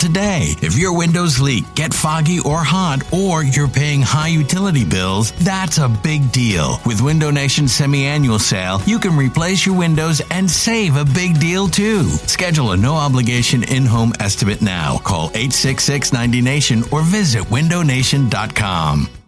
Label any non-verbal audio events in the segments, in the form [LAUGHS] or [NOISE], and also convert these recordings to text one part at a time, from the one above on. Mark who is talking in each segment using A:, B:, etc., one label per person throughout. A: today. If your windows leak, get foggy or hot, or you're paying high utility bills, that's a big deal. With Window Nation's semi annual sale, you can replace your windows and save a big deal too. Schedule a no obligation in home estimate now. Call 866 90 Nation or visit windownation.com.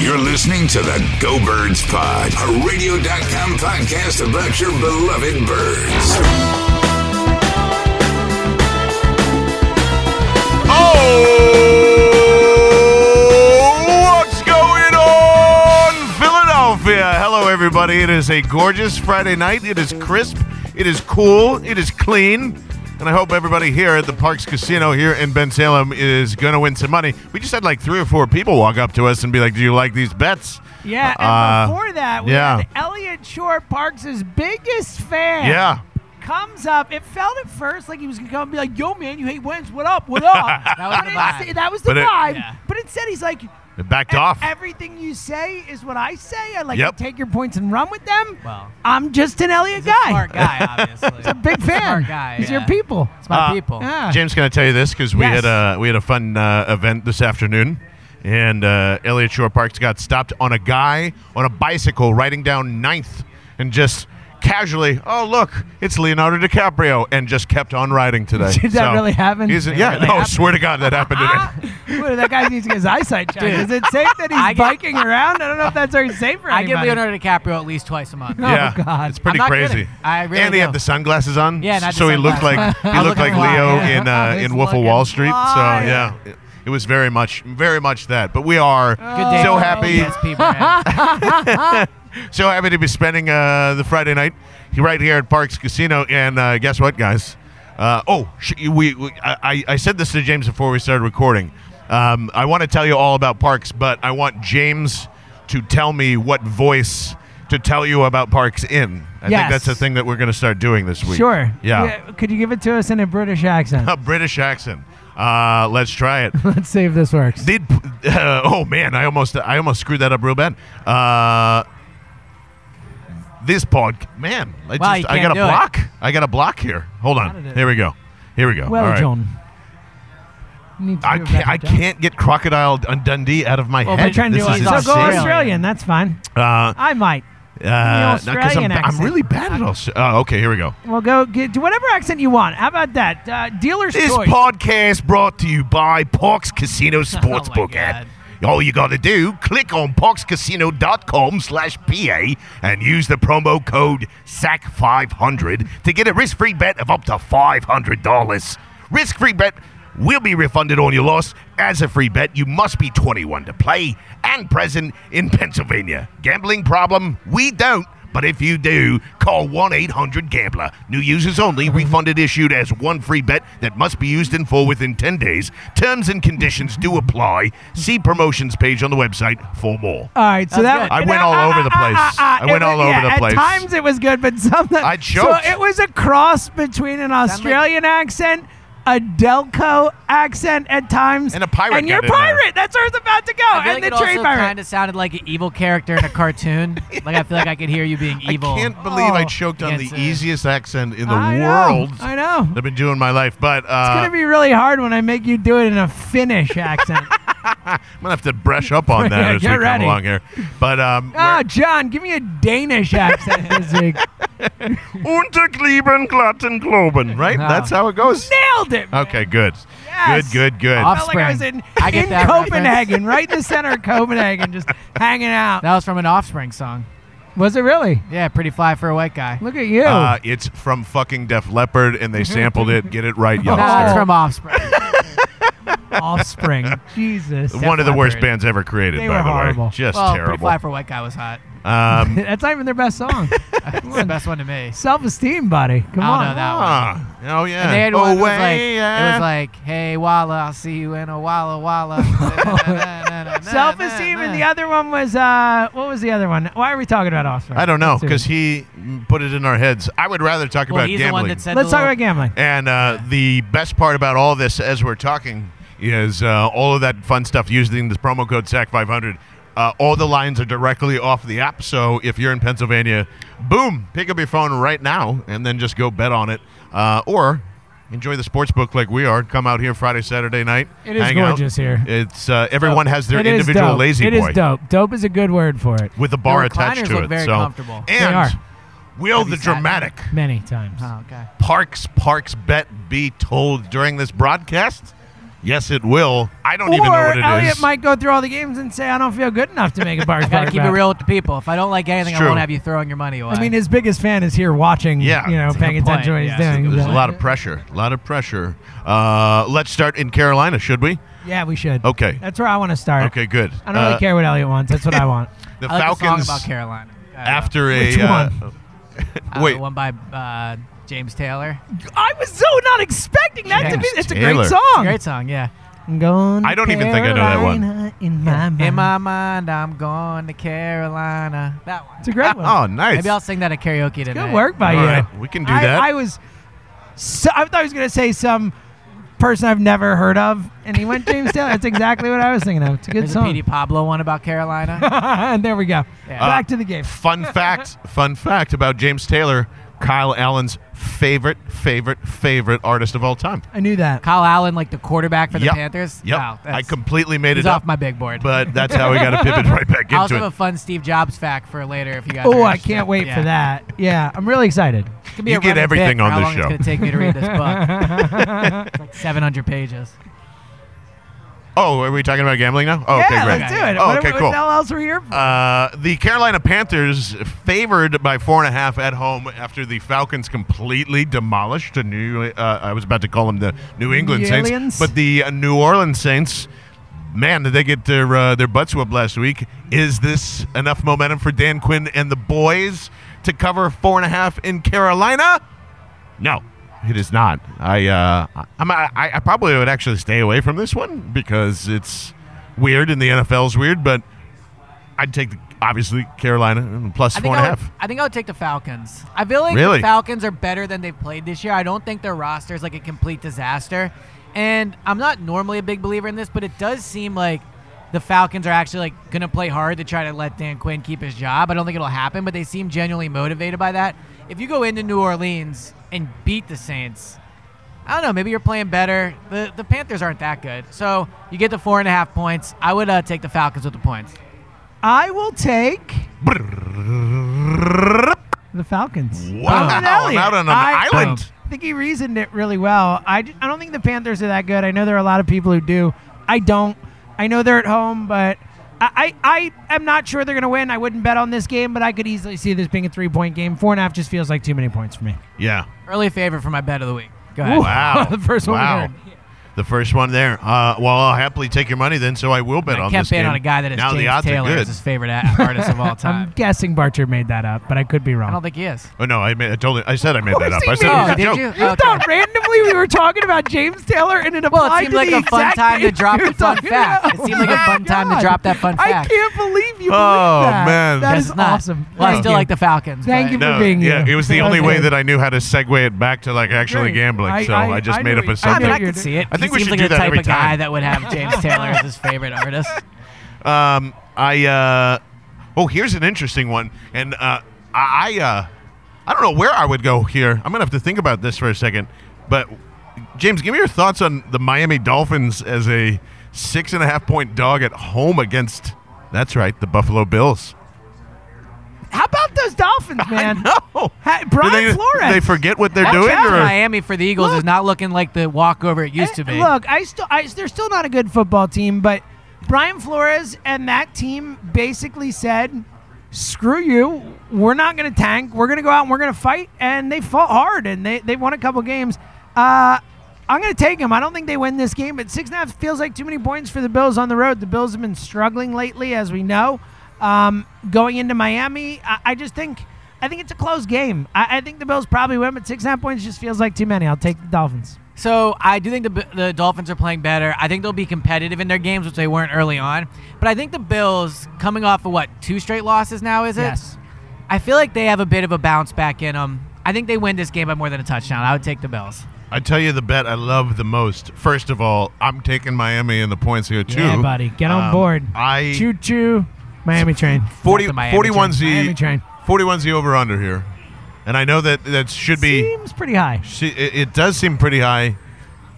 B: You're listening to the Go Birds Pod, a radio.com podcast about your beloved birds.
C: Oh, what's going on, Philadelphia? Hello, everybody. It is a gorgeous Friday night. It is crisp. It is cool. It is clean. And I hope everybody here at the Parks Casino here in Ben Salem is going to win some money. We just had like three or four people walk up to us and be like, Do you like these bets?
D: Yeah, and
C: Uh,
D: before that, we
C: yeah.
D: had Elliot Shore Parks' biggest fan.
C: Yeah.
D: Comes up. It felt at first like he was gonna come and be like, "Yo, man, you hate wins. What up?
C: [LAUGHS]
D: What up?" that was the vibe. that was the
C: But it-
D: vibe. But instead, he's like,
C: It backed
D: "E-
C: off.
D: "Everything you say is what I say. I like
C: Yep.
D: to take your points and run with them. I'm just an Elliot guy.
E: smart guy, obviously.
D: [LAUGHS] He's a big fan.
E: Smart guy,
D: He's your
E: yeah.
D: people.
C: Uh,
E: Smart people.
D: Yeah.
C: James, can I tell you this? Because we
D: Yes.
C: had a we had a fun uh, event this afternoon, and uh, Elliot Shore Parks got stopped on a guy on a bicycle riding down Ninth, and just casually, oh look, it's Leonardo DiCaprio, and just kept on riding
E: [LAUGHS]
C: today.
D: Did that really happen?
C: He's,
D: That
C: yeah,
D: really
C: no,
D: happened?
C: swear to God, that happened
D: [LAUGHS]
E: Ah.
C: today.
D: Wait, that guy needs to get his eyesight checked. Is it safe that he's
E: I get-
D: biking around? I don't know if that's very safe for
E: I give
D: anybody.
E: Leonardo Dicaprio at least twice a month.
C: [LAUGHS]
D: No. [LAUGHS]
C: yeah,
D: God.
C: it's pretty
E: Oh, I'm not
C: crazy.
E: kidding. I really
C: and he had
E: do.
C: the sunglasses on.
E: Yeah, and I had the
C: so he looked like
E: [LAUGHS] sunglasses.
C: he
E: I'm
C: looked like
E: looking
C: Leo
E: fly, yeah.
C: in uh, in
E: He's
C: Wolf of
E: looking
C: Wall Street.
E: fly.
C: So yeah, it- it was very much, very much that. But we are
E: Good day.
C: so
E: for
C: happy.
E: Lopez
D: [LAUGHS]
E: people, man.
C: So happy to be spending uh, the Friday night he- right here at Parks Casino. And uh, guess what, guys? Uh, oh, sh- we, we I, I I said this to James before we started recording. Um, I want to tell you all about Parks, but I want James to tell me what voice to tell you about Parks in. I think
D: Yes.
C: that's the thing that we're going to start doing this week.
D: Sure.
C: Yeah.
D: Could you give it to us in a British accent?
C: A British accent. Uh, let's try it.
D: Let's see if this works.
C: Did uh, [LAUGHS] oh man, I almost I almost screwed that up real bad. Uh, this pod, man, I,
E: Wow,
C: just,
E: you
C: I
E: can't
C: got a
E: do it.
C: block. I got a block here. Hold on. Here we go. Here we go.
D: well,
C: All right.
D: John. You need to
C: I
D: do a
C: can't,
D: better
C: I
D: job.
C: can't get crocodile D- Dundee out of my
E: Well,
C: head.
E: we're trying to
C: this
E: do
C: is
E: it.
D: So go
C: insane.
D: Australian. That's fine.
C: Uh, uh,
D: I might.
C: not 'cause
D: Australian
C: I'm, ba- I'm
D: accent.
C: really bad at Australia. Oh, okay, here we go.
D: Well, go get, do whatever accent you want. How about that? Uh, dealer's
C: This
D: choice.
C: podcast brought to you by Parks Casino
E: [LAUGHS] Oh my
C: Sportsbook
E: God.
C: app. All you got to do, click on parkscasino.com slash PA and use the promo code SAC500 to get a risk-free bet of up to $500. Risk-free bet will be refunded on your loss. As a free bet, you must be 21 to play and present in Pennsylvania. Gambling problem? We don't. But if you do, call 1 800 Gambler. New users only, refunded issued as one free bet that must be used in full within 10 days. Terms and conditions do apply. See promotions page on the website for more.
D: all right, so that uh,
E: good.
C: I went all over the place. I went
D: it
C: all
D: was-
C: over
D: yeah,
C: the place.
D: At times it was good, but sometimes
C: I
D: [LAUGHS] So
C: choked.
D: it was a cross between an Australian accent, a Delco accent at times,
C: And a pirate
D: And you're
C: got in there.
D: pirate. That's where it's about to go.
E: I feel
D: and
E: like
D: the
E: it
D: trade
E: also
D: pirate.
E: kind of sounded like an evil character in
D: [LAUGHS]
E: a cartoon. Like I feel like I could hear you being evil.
C: I can't believe I
D: Oh.
C: choked on
E: Yes,
C: the
E: uh,
C: easiest accent in the
D: I know,
C: world
D: I know.
C: that I've been doing my life. But
D: It's
C: uh,
D: gonna be really hard when I make you do it in
C: [LAUGHS]
D: a Finnish accent.
C: I'm going to have to brush up on that
D: [LAUGHS] Yeah,
C: as we
D: get
C: come
D: ready.
C: along here. But um,
D: Ah, John, give me a Danish
C: [LAUGHS]
D: accent this week.
C: we're- Unterglieben Glatten Globen, right?
D: No.
C: That's how it goes.
D: Nailed it. man.
C: Okay, good.
D: Ah. Yes.
C: Good, good, good.
D: I felt like I
E: Offspring.
D: was in,
E: I get
D: in
E: that reference.
D: Copenhagen, right in the center of
C: [LAUGHS]
D: Copenhagen, just hanging out.
E: That was from an Offspring song.
D: Was it really?
E: Yeah, pretty fly for a white guy.
D: Look at
E: Oh.
D: you.
C: Uh, it's from fucking Def Leppard, and they sampled it. Get it
E: [LAUGHS]
C: right,
E: No, it's
C: youngster.
E: from Offspring.
D: Offspring.
C: [LAUGHS]
D: Jesus.
C: One of the worst
E: Leppard.
C: bands ever created,
D: They
C: by
D: were
C: the
D: horrible.
C: way. Just
E: well, pretty
C: terrible.
E: fly for a white guy was hot. [LAUGHS]
C: um,
D: [LAUGHS] That's not even their best
C: [LAUGHS]
D: song.
E: It's the best one to me.
D: Self-esteem, buddy. Come
E: I don't
D: on.
E: know that one.
C: ah, oh yeah.
E: And they had
C: oh,
E: one that was
C: wait,
E: like, it
C: yeah.
E: was like, hey, Walla, I'll see you in a Walla Walla. [LAUGHS]
D: Self-esteem, and the other one was uh, what was the other one? Why are we talking about Offspring?
C: I don't know
D: Let's see.
C: because he put it in our heads. I would rather talk
E: Well,
C: about
E: he's the
C: gambling.
E: one that said
D: let's
E: the
D: talk
E: little-
D: about gambling.
C: And uh, the best part about all this, as we're talking, is uh, all of that fun stuff using this promo code SAC500. Uh, all the lines are directly off the app. So if you're in Pennsylvania, boom, pick up your phone right now and then just go bet on it. Uh, or enjoy the sports book like we are. Come out here Friday, Saturday night.
D: It is
C: hang out.
D: gorgeous here.
C: It's uh, Everyone has their
D: It is
C: individual
D: dope.
C: lazy
D: It
C: boy
D: is dope. Dope is a good word for it.
C: with a bar
E: The
C: attached
E: recliners
C: to
E: look
C: it.
E: very
C: so,
E: comfortable.
C: And
E: They
D: are.
C: will
E: Have you
C: the
E: sat in it?
C: dramatic
D: Many times.
E: [LAUGHS] Oh, okay.
C: Parks Parks bet be told during this broadcast? Yes, it will. I don't
D: or
C: even know what it is.
D: Elliot might go through all the games and say, "I don't feel good enough to
C: [LAUGHS]
D: make a bar."
E: I gotta keep it real with the people. If I don't like anything, I
C: true.
E: won't have you throwing your money away.
D: I mean, his biggest fan is here watching.
C: Yeah.
D: you know,
C: That's a
D: paying
E: good point,
D: attention to what he's
E: yeah.
D: doing.
C: There's a
D: but-
C: lot of pressure. A lot of pressure. Uh, let's start in Carolina, should we?
D: Yeah, we should.
C: Okay.
D: That's where I want to start.
C: Okay, good.
D: I don't
C: Uh,
D: really care what Elliot wants. That's
C: [LAUGHS]
D: what I want.
C: The
E: I like the song
C: Falcons
E: about Carolina. Uh,
C: after a
D: Which
C: uh,
D: one?
C: [LAUGHS]
E: uh,
C: wait.
E: one by uh, James Taylor.
D: I was so not expecting that to be.
C: James
D: It's a
C: Taylor.
D: great song.
E: Great song, yeah.
D: I'm going.
C: I
D: to
C: don't even think I know that one.
D: Carolina In my mind.
E: In my mind, I'm going to Carolina. That one.
D: It's a great one.
C: Oh, nice.
E: Maybe I'll sing that at karaoke today.
D: Good work by
C: All
D: you.
C: right, we can do
D: I-
C: that.
D: I was. So, I thought I was going to say some person I've never heard of, and he went James Taylor. That's exactly what I was thinking of. It's a good
E: There's a
D: song.
E: Petey Pablo one
D: [LAUGHS]
E: about Carolina.
D: and there we go.
E: Yeah.
D: Back to the game.
E: [LAUGHS]
C: fun fact. Fun fact about James Taylor. Kyle Allen's favorite, favorite, favorite artist of all time.
D: I knew that.
E: Kyle Allen, like the quarterback for the Panthers.
C: Yep.
E: Wow,
C: I
E: that's-
C: completely made
E: he's
C: it
E: off
C: up,
E: my big board.
C: but that's how we got to pivot right back
E: I also
C: into
E: have a
C: it.
E: fun Steve Jobs fact for later if you guys.
D: Oh,
E: are
D: I
E: interested.
D: can't wait for
E: Yeah.
D: that. Yeah, I'm really excited.
E: It could be
C: You
E: a
C: get
E: running
C: everything
E: bit for
C: on
E: how
C: this
E: long
C: show.
E: It's gonna take me to read this book. it's like 700 pages.
C: Oh, are we talking about gambling now? Oh, okay,
D: yeah,
C: great.
D: let's do it.
C: Oh,
D: what,
C: okay,
D: what
C: cool.
D: the hell else are we here for?
C: Uh, the Carolina Panthers favored by four and a half at home after the Falcons completely demolished the New. Uh, I was about to call them the New England
D: Aliens?
C: Saints, but the uh, New Orleans Saints. Man, did they get their uh, their butts whooped last week? Is this enough momentum for Dan Quinn and the boys to cover four and a half in Carolina? No, it is not. I uh, I'm, I I probably would actually stay away from this one because it's weird and the NFL's weird, but I'd take the, obviously Carolina mm, plus
E: I
C: four
E: think
C: and a
E: I, would,
C: half.
E: I think I would take the Falcons. I feel like
C: Really?
E: the Falcons are better than they've played this year. I don't think their roster is like a complete disaster. And I'm not normally a big believer in this, but it does seem like the Falcons are actually like going to play hard to try to let Dan Quinn keep his job. I don't think it'll happen, but they seem genuinely motivated by that. If you go into New Orleans and beat the Saints, I don't know. Maybe you're playing better. The the Panthers aren't that good, so you get the four and a half points. I would uh, take the Falcons with the points.
D: I will take the Falcons.
C: Wow,
D: Boom.
C: I'm out on an
D: I-
C: island.
D: I think he reasoned it really well. I, ju- I don't think the Panthers are that good. I know there are a lot of people who do. I don't. I know they're at home, but I, I, I am not sure they're going to win. I wouldn't bet on this game, but I could easily see this being a three point game. Four and a half just feels like too many points for me. [LAUGHS]
C: Yeah.
E: Early favorite for my bet of [LAUGHS] the week. Go ahead.
C: Wow.
D: The first one we
C: Wow.
D: heard.
C: The first one there. Uh, well, I'll happily take your money then, so I will bet
E: I
C: on
E: kept
C: this
E: betting
C: game.
E: on a guy that is
C: now the
E: James
C: odds
E: Taylor
C: are
E: is
C: good.
E: his favorite a- artist of [LAUGHS] all
D: I'm
E: time.
D: guessing Barcher made that up, but I could be
E: I
D: wrong.
E: don't think he is.
C: Oh no, I, made, I told you, I said I made that up. I said it was
E: made it
C: a
E: up.
C: joke.
E: Did you?
D: You
E: Okay.
D: thought randomly we were talking about James Taylor and it applied
E: Well, it seemed
D: to
E: like
D: the
E: a fun
D: exact
E: time to
D: thing
E: drop
D: we were
E: the fun
D: talking
E: fact.
D: about. Oh
E: It seemed like a fun time to drop that fun
D: I
E: fact.
D: can't believe you.
C: Oh,
D: believe that.
C: man.
D: that
E: Guess
D: is
E: not.
D: awesome.
E: Well, I
D: Thank
E: still
D: you.
E: like the Falcons.
D: Thank you
E: but
D: for being
C: yeah,
D: you.
C: it was the only
D: Okay.
C: way that I knew how to segue it back to like actually
D: Great.
C: gambling.
D: I-
C: so
D: I-
C: I, just
D: I
C: made
D: knew
C: up
D: it.
C: a
D: I
E: I
C: something.
E: mean,
D: knew
E: I could see it.
C: I think
E: he
C: we
E: seems
C: should
E: like
C: do
E: the
C: that
E: type
C: every
E: of guy
C: time.
E: that would have [LAUGHS] James Taylor as his favorite artist.
C: Um, I uh, oh, here's an interesting one, and uh, I I, uh, I don't know where I would go here. I'm gonna have to think about this for a second. But James, give me your thoughts on the Miami Dolphins as a six and a half point
D: [LAUGHS]
C: dog at home against. That's right, the Buffalo Bills.
D: How about those Dolphins, man.
F: No.
D: Ha- Oh, Brian
F: they,
D: Flores.
F: They forget what they're
D: Watch
F: doing.
D: out.
F: or-
E: Miami for the Eagles is not looking like the walkover it used to
D: Eh,
E: be.
D: Look, I still, I, they're still not a good football team, but Brian Flores and that team basically said, "Screw you, we're not going to tank. We're going to go out and we're going to fight." And they fought hard, and they they won a couple games. Uh, I'm going to take them. I don't think they win this game, but six and a half feels like too many points for the Bills on the road. The Bills have been struggling lately, as we know. Um, going into Miami, I, I just think. I think it's a close game. I, I think the Bills probably win, but six and a half points just feels like too many. I'll take the Dolphins.
E: So I do think the, B- the Dolphins are playing better. I think they'll be competitive in their games, which they weren't early on. But I think the Bills, coming off of what two straight losses now, is it?
D: Yes.
E: I feel like they have a bit of a bounce back in them. I think they win this game by more than a touchdown. I would take the Bills.
C: I tell you the bet I love the most. First of all, I'm taking Miami and the points here too.
D: Yeah, buddy, get on
C: Um,
D: board.
C: I
D: choo choo, Miami train.
C: 40,
E: Not the Miami
C: 41's
D: train. Miami
C: the
D: train.
C: 41's the over under here, and I know that that should be.
D: Seems pretty high.
C: she- It, it does seem pretty high,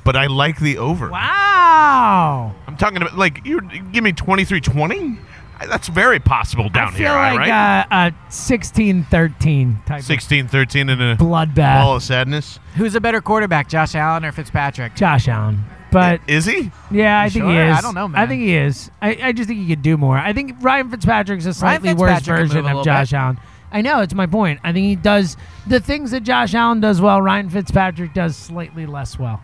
C: but I like the over.
D: Wow.
C: I'm talking about like you give me 23-20. I- That's very possible down
D: I
C: here,
D: feel like
C: right?
D: uh, a 16-13 type of
C: 16-13 in a
D: bloodbath.
C: ball of sadness.
E: Who's a better quarterback, Josh Allen or Fitzpatrick?
D: Josh Allen, but
C: Is he?
D: yeah, I think he
E: sure?
D: is.
E: I don't know,
D: I
E: man.
D: think he is. I, I just think he could do more. I think Ryan Fitzpatrick's a
E: Ryan
D: slightly worse
E: Fitzpatrick can
D: version
E: move a
D: of
E: little
D: Josh
E: bit.
D: Allen. I know it's my point. I think he does the things that Josh Allen does well. Ryan Fitzpatrick does slightly less well.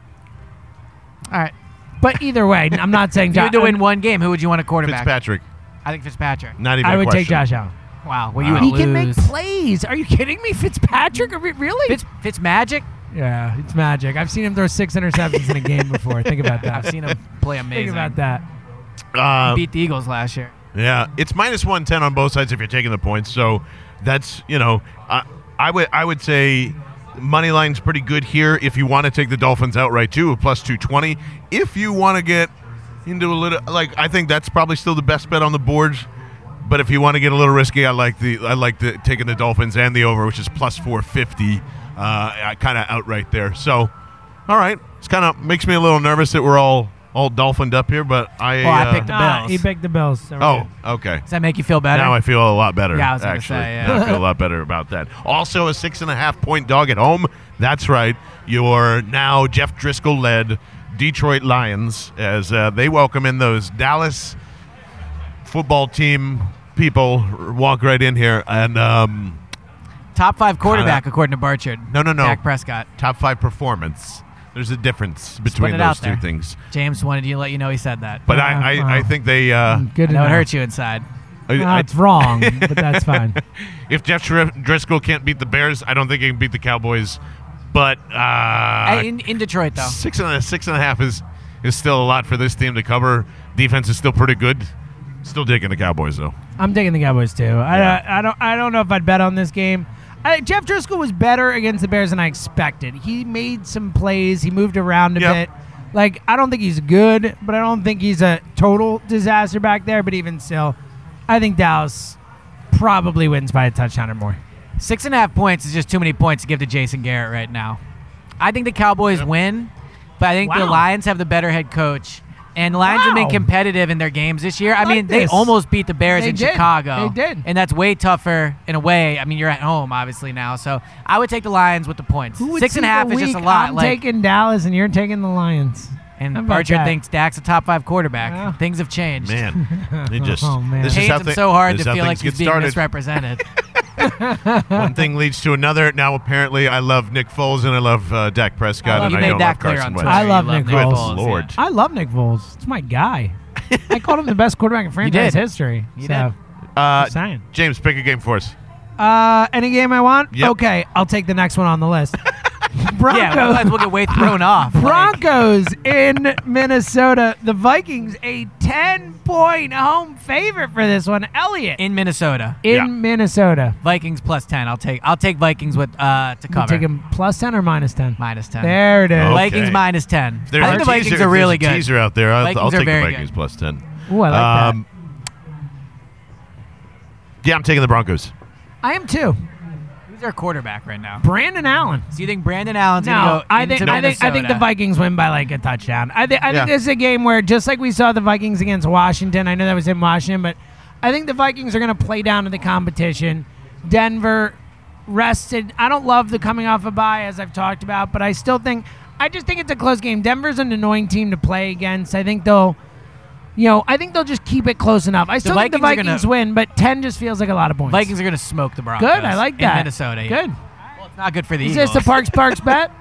E: All right.
D: But either way, I'm not saying
E: [LAUGHS] If you
D: Josh.
E: were to win one game, who would you want a quarterback?
C: Fitzpatrick.
E: I think Fitzpatrick.
C: Not even.
D: I
C: a
D: would
C: question.
D: take Josh Allen.
E: Wow. Well, you would
D: He can make
E: lose.
D: plays. Are you kidding me, Fitzpatrick? Are we, really?
E: Fitz, Fitz Magic?
D: yeah, it's magic. I've seen him throw six interceptions in a game before. Think about that.
E: I've seen him play amazing.
D: Think about that.
C: Uh,
E: Beat the Eagles last year.
C: Yeah, it's minus one ten on both sides if you're taking the points. So that's you know, I, I would I would say money line's pretty good here if you want to take the Dolphins outright too, plus two twenty. If you want to get into a little like I think that's probably still the best bet on the boards. But if you want to get a little risky, I like the I like the taking the Dolphins and the over, which is plus four fifty, uh, kind of outright there. So, all right, it's kind of makes me a little nervous that we're all all dolphined up here. But I,
E: Well, I
C: uh,
E: picked The
D: Ah,
E: Bills.
D: he picked the Bills. so we're
C: oh
D: good.
C: okay.
E: Does that make you feel better?
C: Now I feel a lot better.
E: Yeah, I was gonna
C: actually.
E: say, yeah.
C: Now I feel a lot better about that. Also, a six and a half point dog at home. That's right. Your now Jeff Driscoll led Detroit Lions as uh, they welcome in those Dallas football team people. Walk right in here and um,
E: Top five quarterback, according to Barchard.
C: No, no, no.
E: Dak Prescott.
C: top five performance. There's a difference between
E: it out
C: those two
E: there.
C: things.
E: James wanted you to let you know he said that.
C: But
D: Yeah,
C: I, I, I
D: wow.
C: think they. Uh,
D: Good
E: I know it
D: enough.
E: hurts you inside.
C: I-
D: Ah,
C: I-
D: it's wrong, but that's fine.
C: if Jeff Dr- Driscoll can't beat the Bears, I don't think he can beat the Cowboys. But uh,
E: in, in Detroit, though.
C: Six and a six and a half is is still a lot for this team to cover. Defense is still pretty good. Still digging the Cowboys though.
D: I'm taking the Cowboys too. I, I don't. I don't know if I'd bet on this game. I, Jeff Driscoll was better against the Bears than I expected. He made some plays. He moved around a
C: Yep.
D: bit. Like I don't think he's good, but I don't think he's a total disaster back there. But even still, I think Dallas probably wins by a touchdown or more.
E: Six and a half points is just too many points to give to Jason Garrett right now. I think the Cowboys win, but I think the
D: Wow.
E: Lions have the better head coach. And the Lions have been
D: Wow.
E: competitive in their games this year. I,
D: like
E: mean, they
D: this.
E: almost beat the Bears
D: They
E: in
D: did.
E: Chicago.
D: They did.
E: And that's way tougher in a way. I mean, you're at home, obviously, now. So I would take the Lions with the points.
D: Who would
E: Six and a
D: see
E: half
D: the
E: is just a
D: week?
E: lot.
D: I'm
E: like,
D: taking Dallas, and you're taking the Lions. How
E: and
D: about
E: Barger
D: that?
E: thinks Dak's a top five quarterback.
D: Yeah.
E: Things have changed.
C: Man,
D: [LAUGHS]
C: they just
D: Oh, man.
C: this
E: It
C: is
E: pains
C: how
E: him
C: thi-
E: so hard
C: this
E: to
C: is how
E: feel like
C: things get
E: he's being
C: started.
D: [LAUGHS]
E: misrepresented.
C: One thing leads to another. Now apparently, I love Nick Foles and I love uh, Dak Prescott
E: Well,
C: and
E: you
C: I
E: made
C: don't
E: that
C: love
E: clear
C: Carson
E: on
C: Wentz.
E: Twitter.
D: I
E: You
D: love Nick
E: Nick
C: Good
D: Foles,
E: Foles,
C: lord.
E: yeah.
D: I love Nick Foles. It's my [LAUGHS] guy. I called him the best quarterback in franchise
E: did.
D: history.
E: You
D: so,
C: Uh,
D: just saying.
C: James, pick a game for us.
D: Uh, any game I want?
C: Yep.
D: Okay, I'll take the next one on the list.
E: [LAUGHS] yeah, otherwise
D: Broncos.
E: we'll get way thrown off. Like,
D: Broncos in Minnesota. The Vikings a 10 point home favorite for this one. Elliot in,
E: in Minnesota.
C: Yeah.
D: Minnesota.
E: Vikings plus ten. I'll take I'll take Vikings with uh to
D: You
E: cover.
D: take him plus 10 or minus 10?
E: minus ten.
D: There it is.
C: Oh.
E: Vikings minus ten.
C: There's
E: I think
C: a
E: the Vikings
C: teaser,
E: are
C: if there's
E: really
C: a
E: good.
C: Teaser out there. I'll,
E: Vikings
C: I'll
E: are
C: take the
E: very
C: Vikings
E: good.
C: plus ten.
D: Ooh, I like
C: Um, yeah, I'm taking the Broncos.
D: that. I am too.
E: Who's their quarterback right now?
D: Brandon Allen.
E: So you think Brandon Allen's gonna
D: No,
E: go
D: I
E: into
D: think I think I think the
E: Minnesota?
D: Vikings win by like a touchdown. I, think I
C: Yeah.
D: think this is a game where just like we saw the Vikings against Washington. I know that was in Washington, but I think the Vikings are going to play down to the competition. Denver rested. I don't love the coming off a bye, as I've talked about, but I still think, I just think it's a close game. Denver's an annoying team to play against. I think they'll, you know, I think they'll just keep it close enough. I still think the
E: Vikings are
D: Vikings
E: gonna-
D: win, but 10 just feels like a lot of points.
E: Vikings are going to smoke the Broncos.
D: Good, I like that.
E: In Minnesota. yeah.
D: Good.
E: Well, it's not good for the
D: Is
E: Eagles.
D: this the Parks
E: [LAUGHS]
D: Parks bet?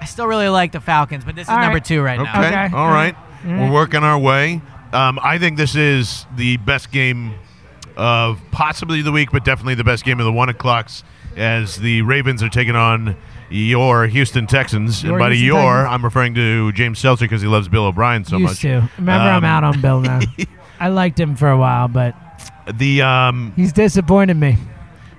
E: I still really like the Falcons, but this is
D: All right.
E: number two right now.
C: Okay.
D: Okay.
C: All right.
D: Mm.
C: We're working our way. Um, I think this is the best game of possibly the week, but definitely the best game of the one o'clocks as the Ravens are taking on your Houston Texans.
D: Your
C: and by the
D: Houston
C: your,
D: Texans.
C: I'm referring to James Seltzer because he loves Bill O'Brien so
D: Used
C: much.
D: to. Remember,
C: Um, [LAUGHS]
D: I'm out on Bill now. I liked him for a while, but
C: The um,
D: he's disappointed me.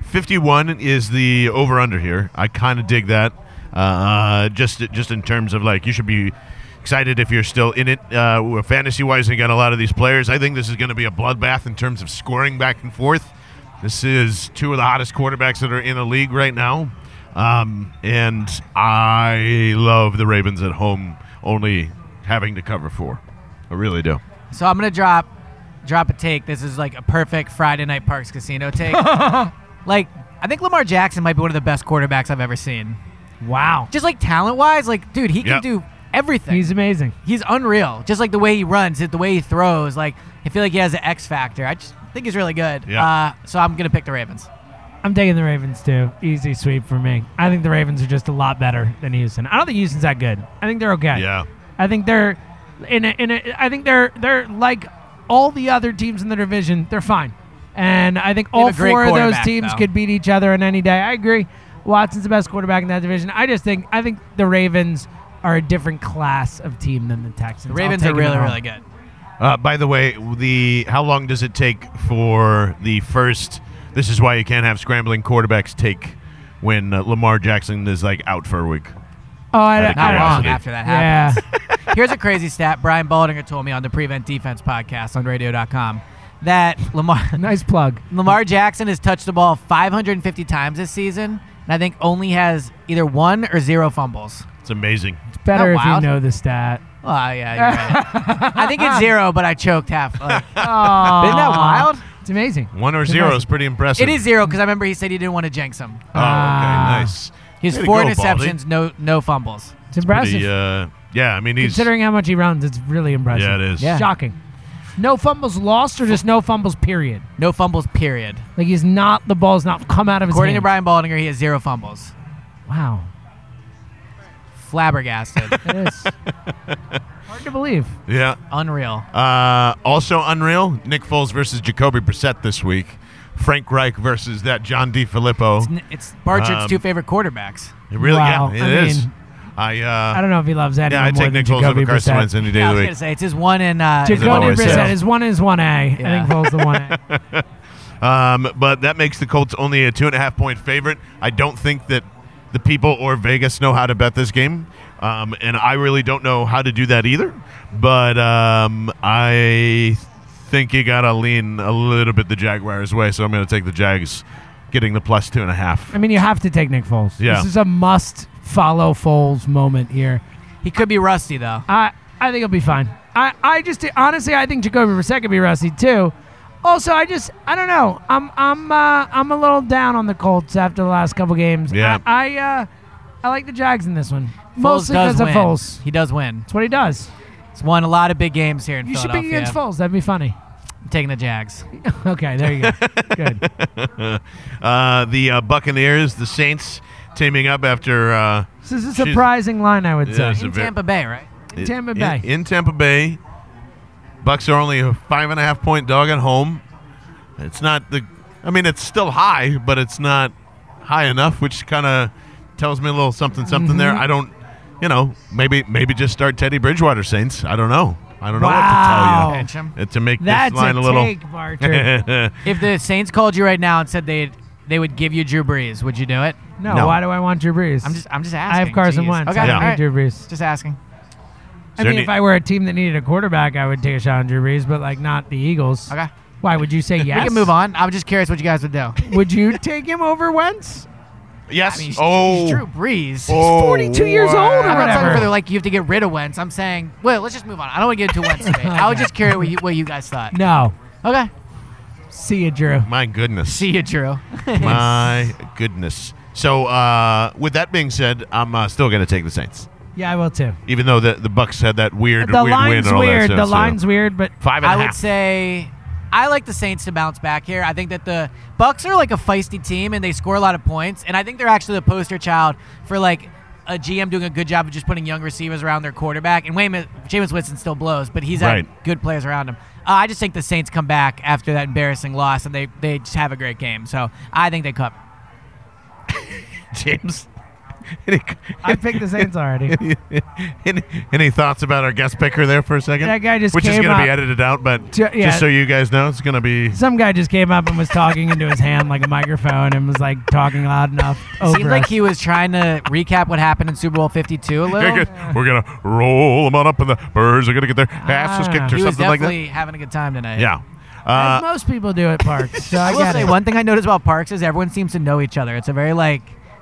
C: 51 is the over under here. I kind of dig that. Uh, just just in terms of like you should be excited if you're still in it. Uh, fantasy wise, they got a lot of these players. I think this is going to be a bloodbath in terms of scoring back and forth. This is two of the hottest quarterbacks that are in the league right now, um, and I love the Ravens at home only having to cover four. I really do.
E: So I'm gonna drop drop a take. This is like a perfect Friday night Parks Casino
D: [LAUGHS]
E: take. like I think Lamar Jackson might be one of the best quarterbacks I've ever seen.
D: Wow.
E: Just like talent wise, like dude, he
C: Yep.
E: can do everything.
D: He's
E: He's
D: amazing.
E: he's unreal. Just like the way he runs, the way he throws. Like I feel like he has an X factor. I just think he's really good.
C: Yeah.
E: Uh, so I'm gonna pick the Ravens.
D: I'm taking the Ravens too. Easy sweep for me. I think the Ravens are just a lot better than Houston. I don't think Houston's that good. I think they're okay.
C: Yeah.
D: I think they're in a, in a, I think they're they're like all the other teams in the division. They're fine, and I think all
E: a great
D: four of those
E: quarterback,
D: teams
E: though.
D: could beat each other on any day. I agree. Watson's the best quarterback in that division. I just think I think the Ravens are a different class of team than the Texans.
E: The Ravens are really really good.
C: Uh, by the way, the how long does it take for the first? This is why you can't have scrambling quarterbacks take when uh, Lamar Jackson is like out for a week.
D: Oh, I,
C: Out of
D: I-
E: Not long
C: Curiosity.
E: after that happens.
D: [LAUGHS] yeah.
E: Here's a crazy stat Brian Baldinger told me on the Prevent Defense podcast on radio.com that Lamar
D: nice
E: [LAUGHS]
D: plug.
E: Lamar Jackson has touched the ball 550 times this season, and I think only has either one or zero fumbles.
C: It's amazing.
D: It's better if you
E: wild?
D: know the stat.
E: Oh, yeah, you're right. I think it's zero, but I choked half. Like,
D: Isn't
E: that wild?
D: It's amazing.
C: One or zero is pretty impressive.
E: it is zero because I remember he said he didn't want to jinx him.
C: Oh, okay,
D: uh,
C: nice.
E: He has
C: Way to
E: four
C: go,
E: interceptions, no no fumbles.
D: It's
C: Baldy.
D: impressive.
C: Pretty, uh, yeah, I mean he's
D: Considering how much he runs, it's really impressive.
C: Yeah, it is.
E: Yeah.
D: Shocking. No fumbles lost or just no fumbles, period.
E: No fumbles, period.
D: Like he's not, the ball's not come out of his
E: According to
D: hand.
E: Brian Baldinger, he has zero fumbles.
D: Wow.
E: Flabbergasted.
D: [LAUGHS] It
E: [LAUGHS]
D: is. Hard to believe.
C: yeah.
E: Unreal.
C: Uh, also unreal. Nick Foles versus Jacoby Brissett this week. Frank Reich versus that John D. Filippo.
E: N- It's Bartrett's
C: Um,
E: two favorite quarterbacks.
C: It really,
D: Wow,
C: yeah,
D: I
C: it is.
D: mean,
C: I, uh,
D: I don't know if he loves that.
C: yeah, I
D: more
C: take
D: than
C: Nick Foles
D: Jacoby
C: over Carson
D: Brissett.
C: Wentz any day
E: Yeah,
C: of
E: I was
C: the
E: going
C: week.
E: to say, it's his one in. Uh,
C: I've
D: Jacoby
C: always said.
D: Brissett is one is one A. I
E: Yeah.
D: think Foles the one
E: [LAUGHS]
D: A.
C: Um, but that makes the Colts only a two and a half point favorite. I don't think that the people or Vegas know how to bet this game, um, and I really don't know how to do that either. But um, I think you gotta lean a little bit the Jaguars' way, so I'm gonna take the Jags, getting the plus two and a half.
D: I mean, you have to take Nick Foles.
C: Yeah.
D: This is a must follow Foles moment here.
E: He could be rusty, though.
D: I I think he'll be fine. I, I just honestly I think Jacoby Brissett could be rusty too. Also, I just I don't know. I'm I'm uh, I'm a little down on the Colts after the last couple games.
C: Yeah.
D: I I, uh, I like the Jags in this one,
E: Foles
D: mostly
E: does
D: because of
E: win.
D: Foles.
E: He does win.
D: That's what he does.
E: He's won a lot of big games here in
D: You should be
E: Philadelphia.
D: against Foles. That'd be funny. [LAUGHS]
E: I'm taking the Jags.
D: okay, there you go. Good.
C: Uh, the uh, Buccaneers, the Saints, teaming up after uh,
D: This is a
C: She's-
D: surprising line, I would
C: Yeah,
D: say.
C: it's a
E: In
C: very-
E: Tampa Bay, right?
C: in-
D: Tampa
C: in-
D: Bay.
C: In, Tampa Bay, Bucks are only a five and a half point dog at home. It's not the. I mean, it's still high, but it's not high enough, which kind of tells me a little something, something there.
D: Mm-hmm.
C: I don't. You know, maybe maybe just start Teddy Bridgewater Saints. I don't know. I don't know
D: Wow.
C: what to
E: Pinch
C: tell you.
E: 'em.
C: Uh, To make
D: That's
C: this line
D: a,
C: a, little. [LAUGHS]
D: take, Barter.
E: If the Saints called you right now and said they they would give you Drew Brees, would you do it?
D: no,
C: No.
D: why do I want Drew Brees?
E: I'm just I'm just
D: I
E: asking.
D: have Carson
E: Jeez.
D: Wentz.
E: Okay,
D: I
C: Yeah.
D: don't
E: all
D: need
E: right.
D: Drew Brees.
E: Just asking.
D: I
C: there
D: mean,
C: any-
D: if I were a team that needed a quarterback, I would take a shot on Drew Brees, but like not the Eagles.
E: Okay.
D: Why would
C: [LAUGHS]
D: you say yes?
E: We can move on. I'm just curious what you guys would do.
D: Would you take him over Wentz?
C: yes.
E: I mean, he's,
C: oh.
E: he's Drew Brees.
C: Oh,
D: 42 years old or
E: I'm
C: wow.
E: not talking
D: whatever.
E: for the, like you have to get rid of Wentz. I'm saying, well, let's just move on. I don't want to get into Wentz debate. I was just curious what you, what you guys thought.
D: No.
E: Okay.
D: See you, Drew.
C: My goodness.
E: See you, [LAUGHS] Drew.
C: My goodness. So, uh, with that being said, I'm uh, still going to take the Saints,
D: Yeah, I will too.
C: even though the, the Bucks had that weird,
D: The
C: weird win
D: line's
C: and all
D: weird.
C: that
D: the
C: stuff. so
D: line's weird, but [LAUGHS]
C: five and
E: I
C: a
E: would
C: half.
E: say I like the Saints to bounce back here. I think that the Bucks are like a feisty team and they score a lot of points, and I think they're actually the poster child for like a GM doing a good job of just putting young receivers around their quarterback. And Wayman, Jameis Winston still blows, but he's had
C: Right.
E: good players around him. Uh, I just think the Saints come back after that embarrassing loss and they they just have a great game. So I think they cover.
C: James.
D: I picked the
C: [LAUGHS]
D: Saints already.
C: any, any thoughts about our guest picker there for a second?
D: That guy just
C: which is
D: came
C: gonna be
D: up-
C: edited out, but
D: Ju- yeah.
C: just so you guys know, it's going to be
D: Some guy just came up and was talking into his hand like a microphone and was like talking loud enough. Over
E: Seems like
D: us.
E: he was trying to recap what happened in Super Bowl 52
C: [LAUGHS]
E: a little.
C: [LAUGHS] We're gonna- We're gonna roll them on up, and the birds are gonna get their asses
D: Ah.
C: kicked or
E: He was
C: something like
E: definitely
C: that.
E: having a good time
D: [LAUGHS]
E: tonight.
C: Yeah. Uh, [LAUGHS]
D: Like most people do at parks. So I,
E: I will
D: get
E: say
D: it.
E: one thing I noticed about parks is everyone seems to know each other. It's a very like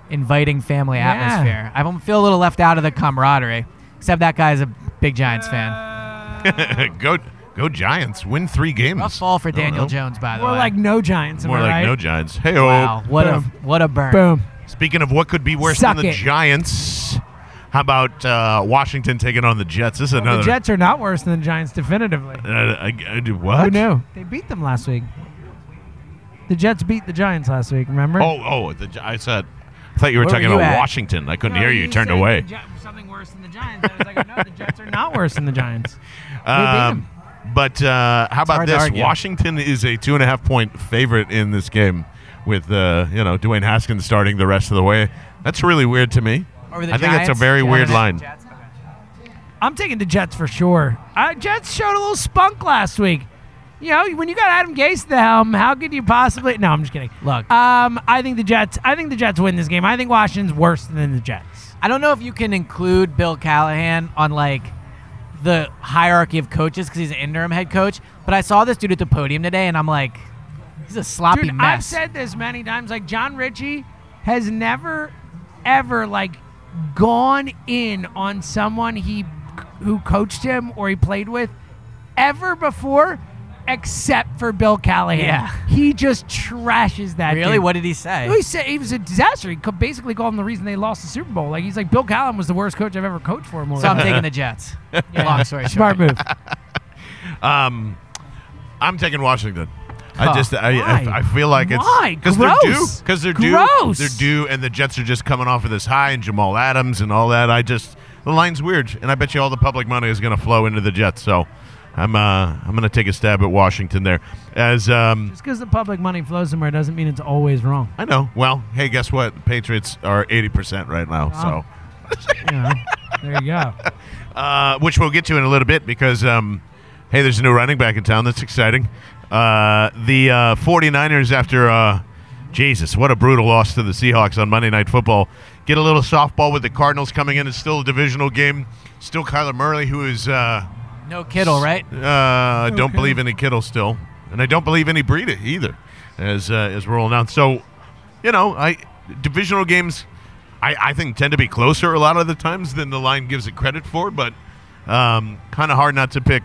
E: inviting family
D: Yeah.
E: atmosphere. I feel a little left out of the camaraderie. Except that guy's a big Giants fan.
C: go, go Giants! Win three games.
E: Rough fall for
C: I don't
E: Daniel
C: know.
E: Jones, by the
D: More
E: way.
D: like no Giants. Am
C: More
D: I
C: like
D: right?
C: no Giants. Hey,
E: wow, what a
D: Boom.
E: what a burn.
D: Boom.
C: Speaking of what could be worse
D: Suck
C: than the
D: it.
C: Giants, how about uh, Washington taking on the Jets? This is another.
D: The Jets are not worse than the Giants, definitively.
C: Uh, I, I, do- what?
D: Who knew? They beat them last week. The Jets beat the Giants last week. Remember?
C: Oh, oh, the, Gi- I said. I thought you were
E: Where
C: talking
E: were you
C: about
E: at?
C: Washington. I couldn't hear you. Turned away.
D: something worse than the Giants. I was like, no, the Jets are not worse than the Giants.
C: Um, but uh, how about
E: hard to
C: this?
E: argue.
C: Washington is a two and a half point favorite in this game, with uh, you know Dwayne Haskins starting the rest of the way. That's really weird to me.
E: Over the
C: I think that's a
E: Giants?
C: very
E: Yeah.
C: weird
E: Over the
C: line.
E: Jets? Okay.
D: I'm taking the Jets for sure. Uh, Jets showed a little spunk last week. You know, when you got Adam Gase at the helm, how could you possibly? No, I'm just kidding.
E: Look.
D: um, I think the Jets. I think the Jets win this game. I think Washington's worse than the Jets.
E: I don't know if you can include Bill Callahan on like the hierarchy of coaches because he's an interim head coach. But I saw this dude at the podium today, and I'm like, he's a sloppy
D: Dude, I've
E: mess.
D: said this many times. Like John Ritchie has never, ever like gone in on someone he who coached him or he played with ever before, except for Bill Callahan.
E: Yeah.
D: he just trashes that.
E: really,
D: dude.
E: what did he say?
D: He said he was a disaster. He co- basically called him the reason they lost the Super Bowl. Like he's like Bill Callahan was the worst coach I've ever coached for. More [LAUGHS]
E: So I'm taking the Jets. Long story short.
D: smart move.
C: I'm taking Washington. I just I,
D: why?
C: I, I feel like it's
D: Why?
C: they're due
D: Gross.
C: because they're due
D: Gross.
C: they're due and the Jets are just coming off of this high and Jamal Adams and all that. I just the line's weird and I bet you all the public money is going to flow into the Jets. So I'm uh, I'm going to take a stab at Washington there as um,
D: Just because the public money flows somewhere doesn't mean it's always wrong.
C: I know. Well, hey, guess what? The Patriots are 80% right now,
D: Wow.
C: so
D: You know? there you
C: [LAUGHS]
D: go.
C: uh, which we'll get to in a little bit because um, hey, there's a new running back in town. That's exciting. Uh, the uh, 49ers after uh, Jesus, what a brutal loss to the Seahawks on Monday Night Football. Get a little softball with the Cardinals coming in. It's still a divisional game. Still Kyler Murray, who is uh,
E: No Kittle, right?
C: uh, I don't believe any Kittle still, and I don't believe any Breida either, as uh, as we're rolling out. So, you know, I divisional games, I, I think tend to be closer a lot of the times than the line gives it credit for. But um, kind of hard not to pick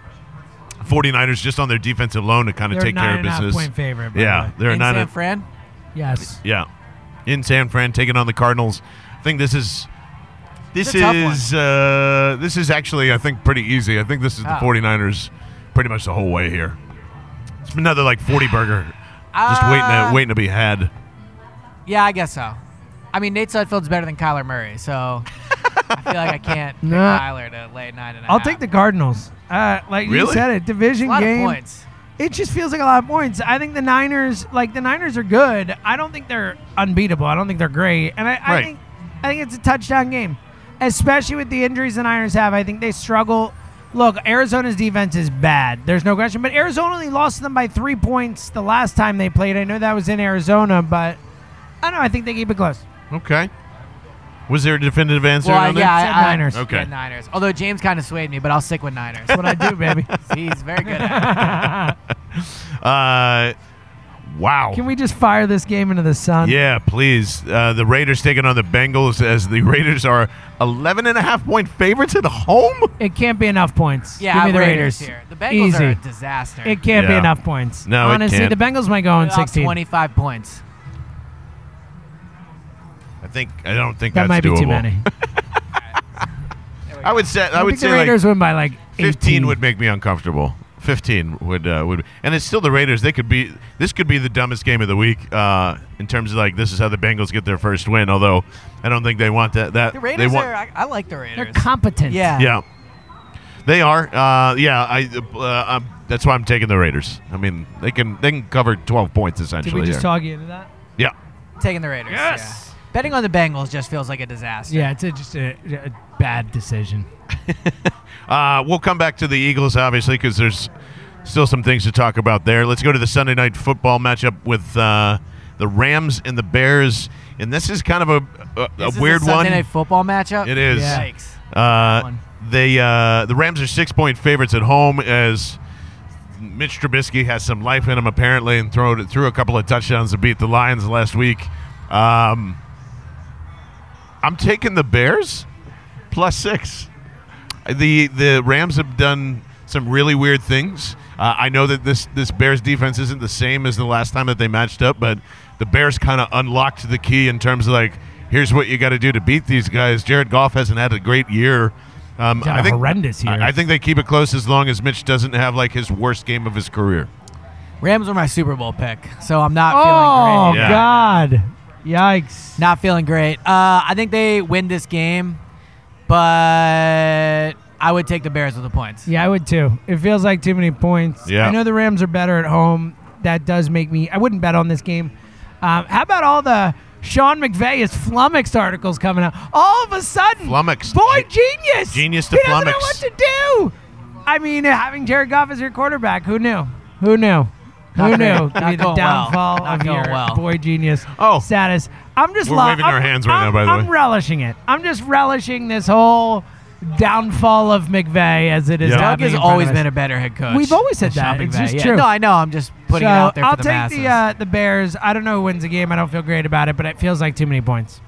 C: 49ers just on their defense alone to kind of
D: They're
C: take care
D: nine
C: of
D: and a half
C: business.
D: point favorite, by the
C: yeah,
D: way.
C: they're
E: In
C: nine.
E: San
C: and-
E: Fran.
D: Yes.
C: yeah, in San Fran, taking on the Cardinals. I think this is. This
E: It's a tough one.
C: is uh, this is actually I think pretty easy. I think this is the
E: Ah.
C: 49ers pretty much the whole way here. It's another like 40 burger just waiting to
E: Ah.
C: waiting to be had.
E: Yeah, I guess so. I mean, Nate Sudfeld's better than Kyler Murray, so I feel
D: [LAUGHS]
E: like I can't pick
D: Nah.
E: Kyler to lay nine and a
D: I'll
E: half.
D: take the Cardinals. Uh, like you
C: Really?
D: said, it division
E: a lot
D: game.
E: of points.
D: It just feels like a lot of points. I think the Niners, like the Niners, are good. I don't think they're unbeatable. I don't think they're great, and I, I
C: Right.
D: think I think it's a touchdown game, especially with the injuries the Niners have. I think they struggle. Look, Arizona's defense is bad. There's no question. But Arizona only lost to them by three points the last time they played. I know that was in Arizona, but I don't know. I think they keep it close.
C: Okay. Was there a definitive answer
E: Well, I-
C: on that?
E: yeah, I,
D: Said
E: I-
D: Niners.
E: said
C: Okay.
E: Niners. Although James kind of swayed me, but I'll stick
D: [LAUGHS]
E: with Niners. [LAUGHS]
D: That's what I do, baby.
E: He's very good. at it.
C: Uh, Wow.
D: Can we just fire this game into the sun?
C: Yeah, please. Uh, the Raiders taking on the Bengals as the [LAUGHS] Raiders are 11 and a half point favorites at home.
D: It can't be enough points.
E: Yeah,
D: Give me
E: I'm
D: the Raiders.
E: Raiders here. The Bengals
D: Easy.
E: are a disaster.
D: It can't be
C: Yeah.
D: enough points.
C: No, it
D: honestly,
C: can't.
D: the Bengals might go in
E: Off
D: 16.
E: 25 points.
C: I think I don't think that's
D: That might be too
C: doable. [LAUGHS]
D: many.
C: I would say I,
D: I,
C: would
D: think the
C: say like
D: Raiders win by like 18.
C: 15 would make me uncomfortable. 15 would uh, would and it's still the Raiders. They could be this could be the dumbest game of the week uh, in terms of like this is how the Bengals get their first win. Although I don't think they want that. That
E: The
C: they
E: Raiders
C: want,
E: are. I, I like the Raiders.
D: They're competent.
E: yeah.
C: yeah, they are. Uh, yeah, I uh, i that's why I'm taking the Raiders. I mean they can they can cover 12 points
D: Did
C: essentially.
D: we just
C: here.
D: talk you into that?
C: yeah.
E: Taking the Raiders.
C: Yes.
E: yeah. Betting on the Bengals just feels like a disaster.
D: Yeah, it's a, just a, a bad decision.
C: Uh, we'll come back to the Eagles, obviously, because there's still some things to talk about there. Let's go to the Sunday night football matchup with uh, the Rams and the Bears. And this is kind of a, a, a
E: This is
C: weird
E: Sunday
C: one.
E: Night Football matchup.
C: It is.
E: Yeah. Yikes.
C: Uh,
E: One.
C: they uh, the Rams are six point favorites at home as Mitch Trubisky has some life in him apparently, and threw threw a couple of touchdowns to beat the Lions last week. Um, I'm taking the Bears plus six. The the Rams have done some really weird things. Uh, I know that this this Bears defense isn't the same as the last time that they matched up, but the Bears kind of unlocked the key in terms of like, here's what you got to do to beat these guys. Jared Goff hasn't had a great year. Um,
D: He's had a horrendous year.
C: I, I think they keep it close as long as Mitch doesn't have like his worst game of his career.
E: Rams were my Super Bowl pick, so I'm not feeling
D: Oh,
E: great.
C: Yeah.
D: God. Yikes.
E: Not feeling great. Uh, I think they win this game, but I would take the Bears with the points.
D: Yeah, I would too. It feels like too many points.
C: Yeah.
D: I know the Rams are better at home. That does make me. I wouldn't bet on this game. Um, how about all the Sean McVay is flummoxed articles coming out? All of a sudden,
C: Flummoxed.
D: Boy, genius.
C: Genius to
D: he doesn't know what
C: flummoxed.
D: to do. I mean, having Jared Goff as your quarterback, who knew? Who
E: [LAUGHS]
D: knew? Who
E: Not
D: knew? Be
E: great. Not
D: the
E: going well.
D: downfall
E: Not
D: of
E: going
D: your
E: well.
D: boy genius
C: Oh.
D: status. I'm just
C: We're
D: lo-
C: waving
D: I'm-
C: our hands right
D: I'm-
C: now, by the
D: I'm
C: way.
D: relishing it. I'm just relishing this whole downfall of McVay as it is.
C: Yeah.
E: Doug
D: happening
E: has
D: in front
E: always
D: of us.
E: been a better head coach.
D: We've always said
E: than
D: that.
E: Sean
D: It's
E: McVay.
D: just
E: Yeah.
D: true.
E: No, I know. I'm just putting
D: so
E: it out there for
D: I'll
E: the
D: take
E: masses.
D: the uh, the Bears. I don't know who wins the game. I don't feel great about it, but it feels like too many points.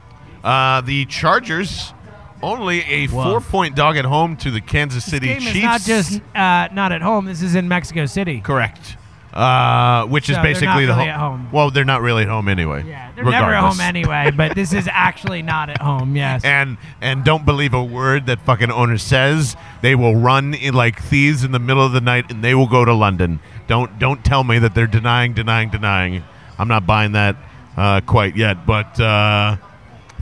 C: Uh, the Chargers only a four point dog at home to the Kansas City
D: game
C: Chiefs.
D: is not just uh, not at home. This is in Mexico City.
C: Correct. Uh, which is
D: So they're
C: basically
D: not
C: the
D: really
C: ho-
D: at home.
C: Well, they're not really at home anyway.
D: Yeah, they're never at home
C: regardless.
D: anyway. But this is actually not at home. Yes.
C: And and don't believe a word that fucking owner says. They will run in like thieves in the middle of the night, and they will go to London. Don't don't tell me that they're denying, denying, denying. I'm not buying that uh, quite yet. But uh,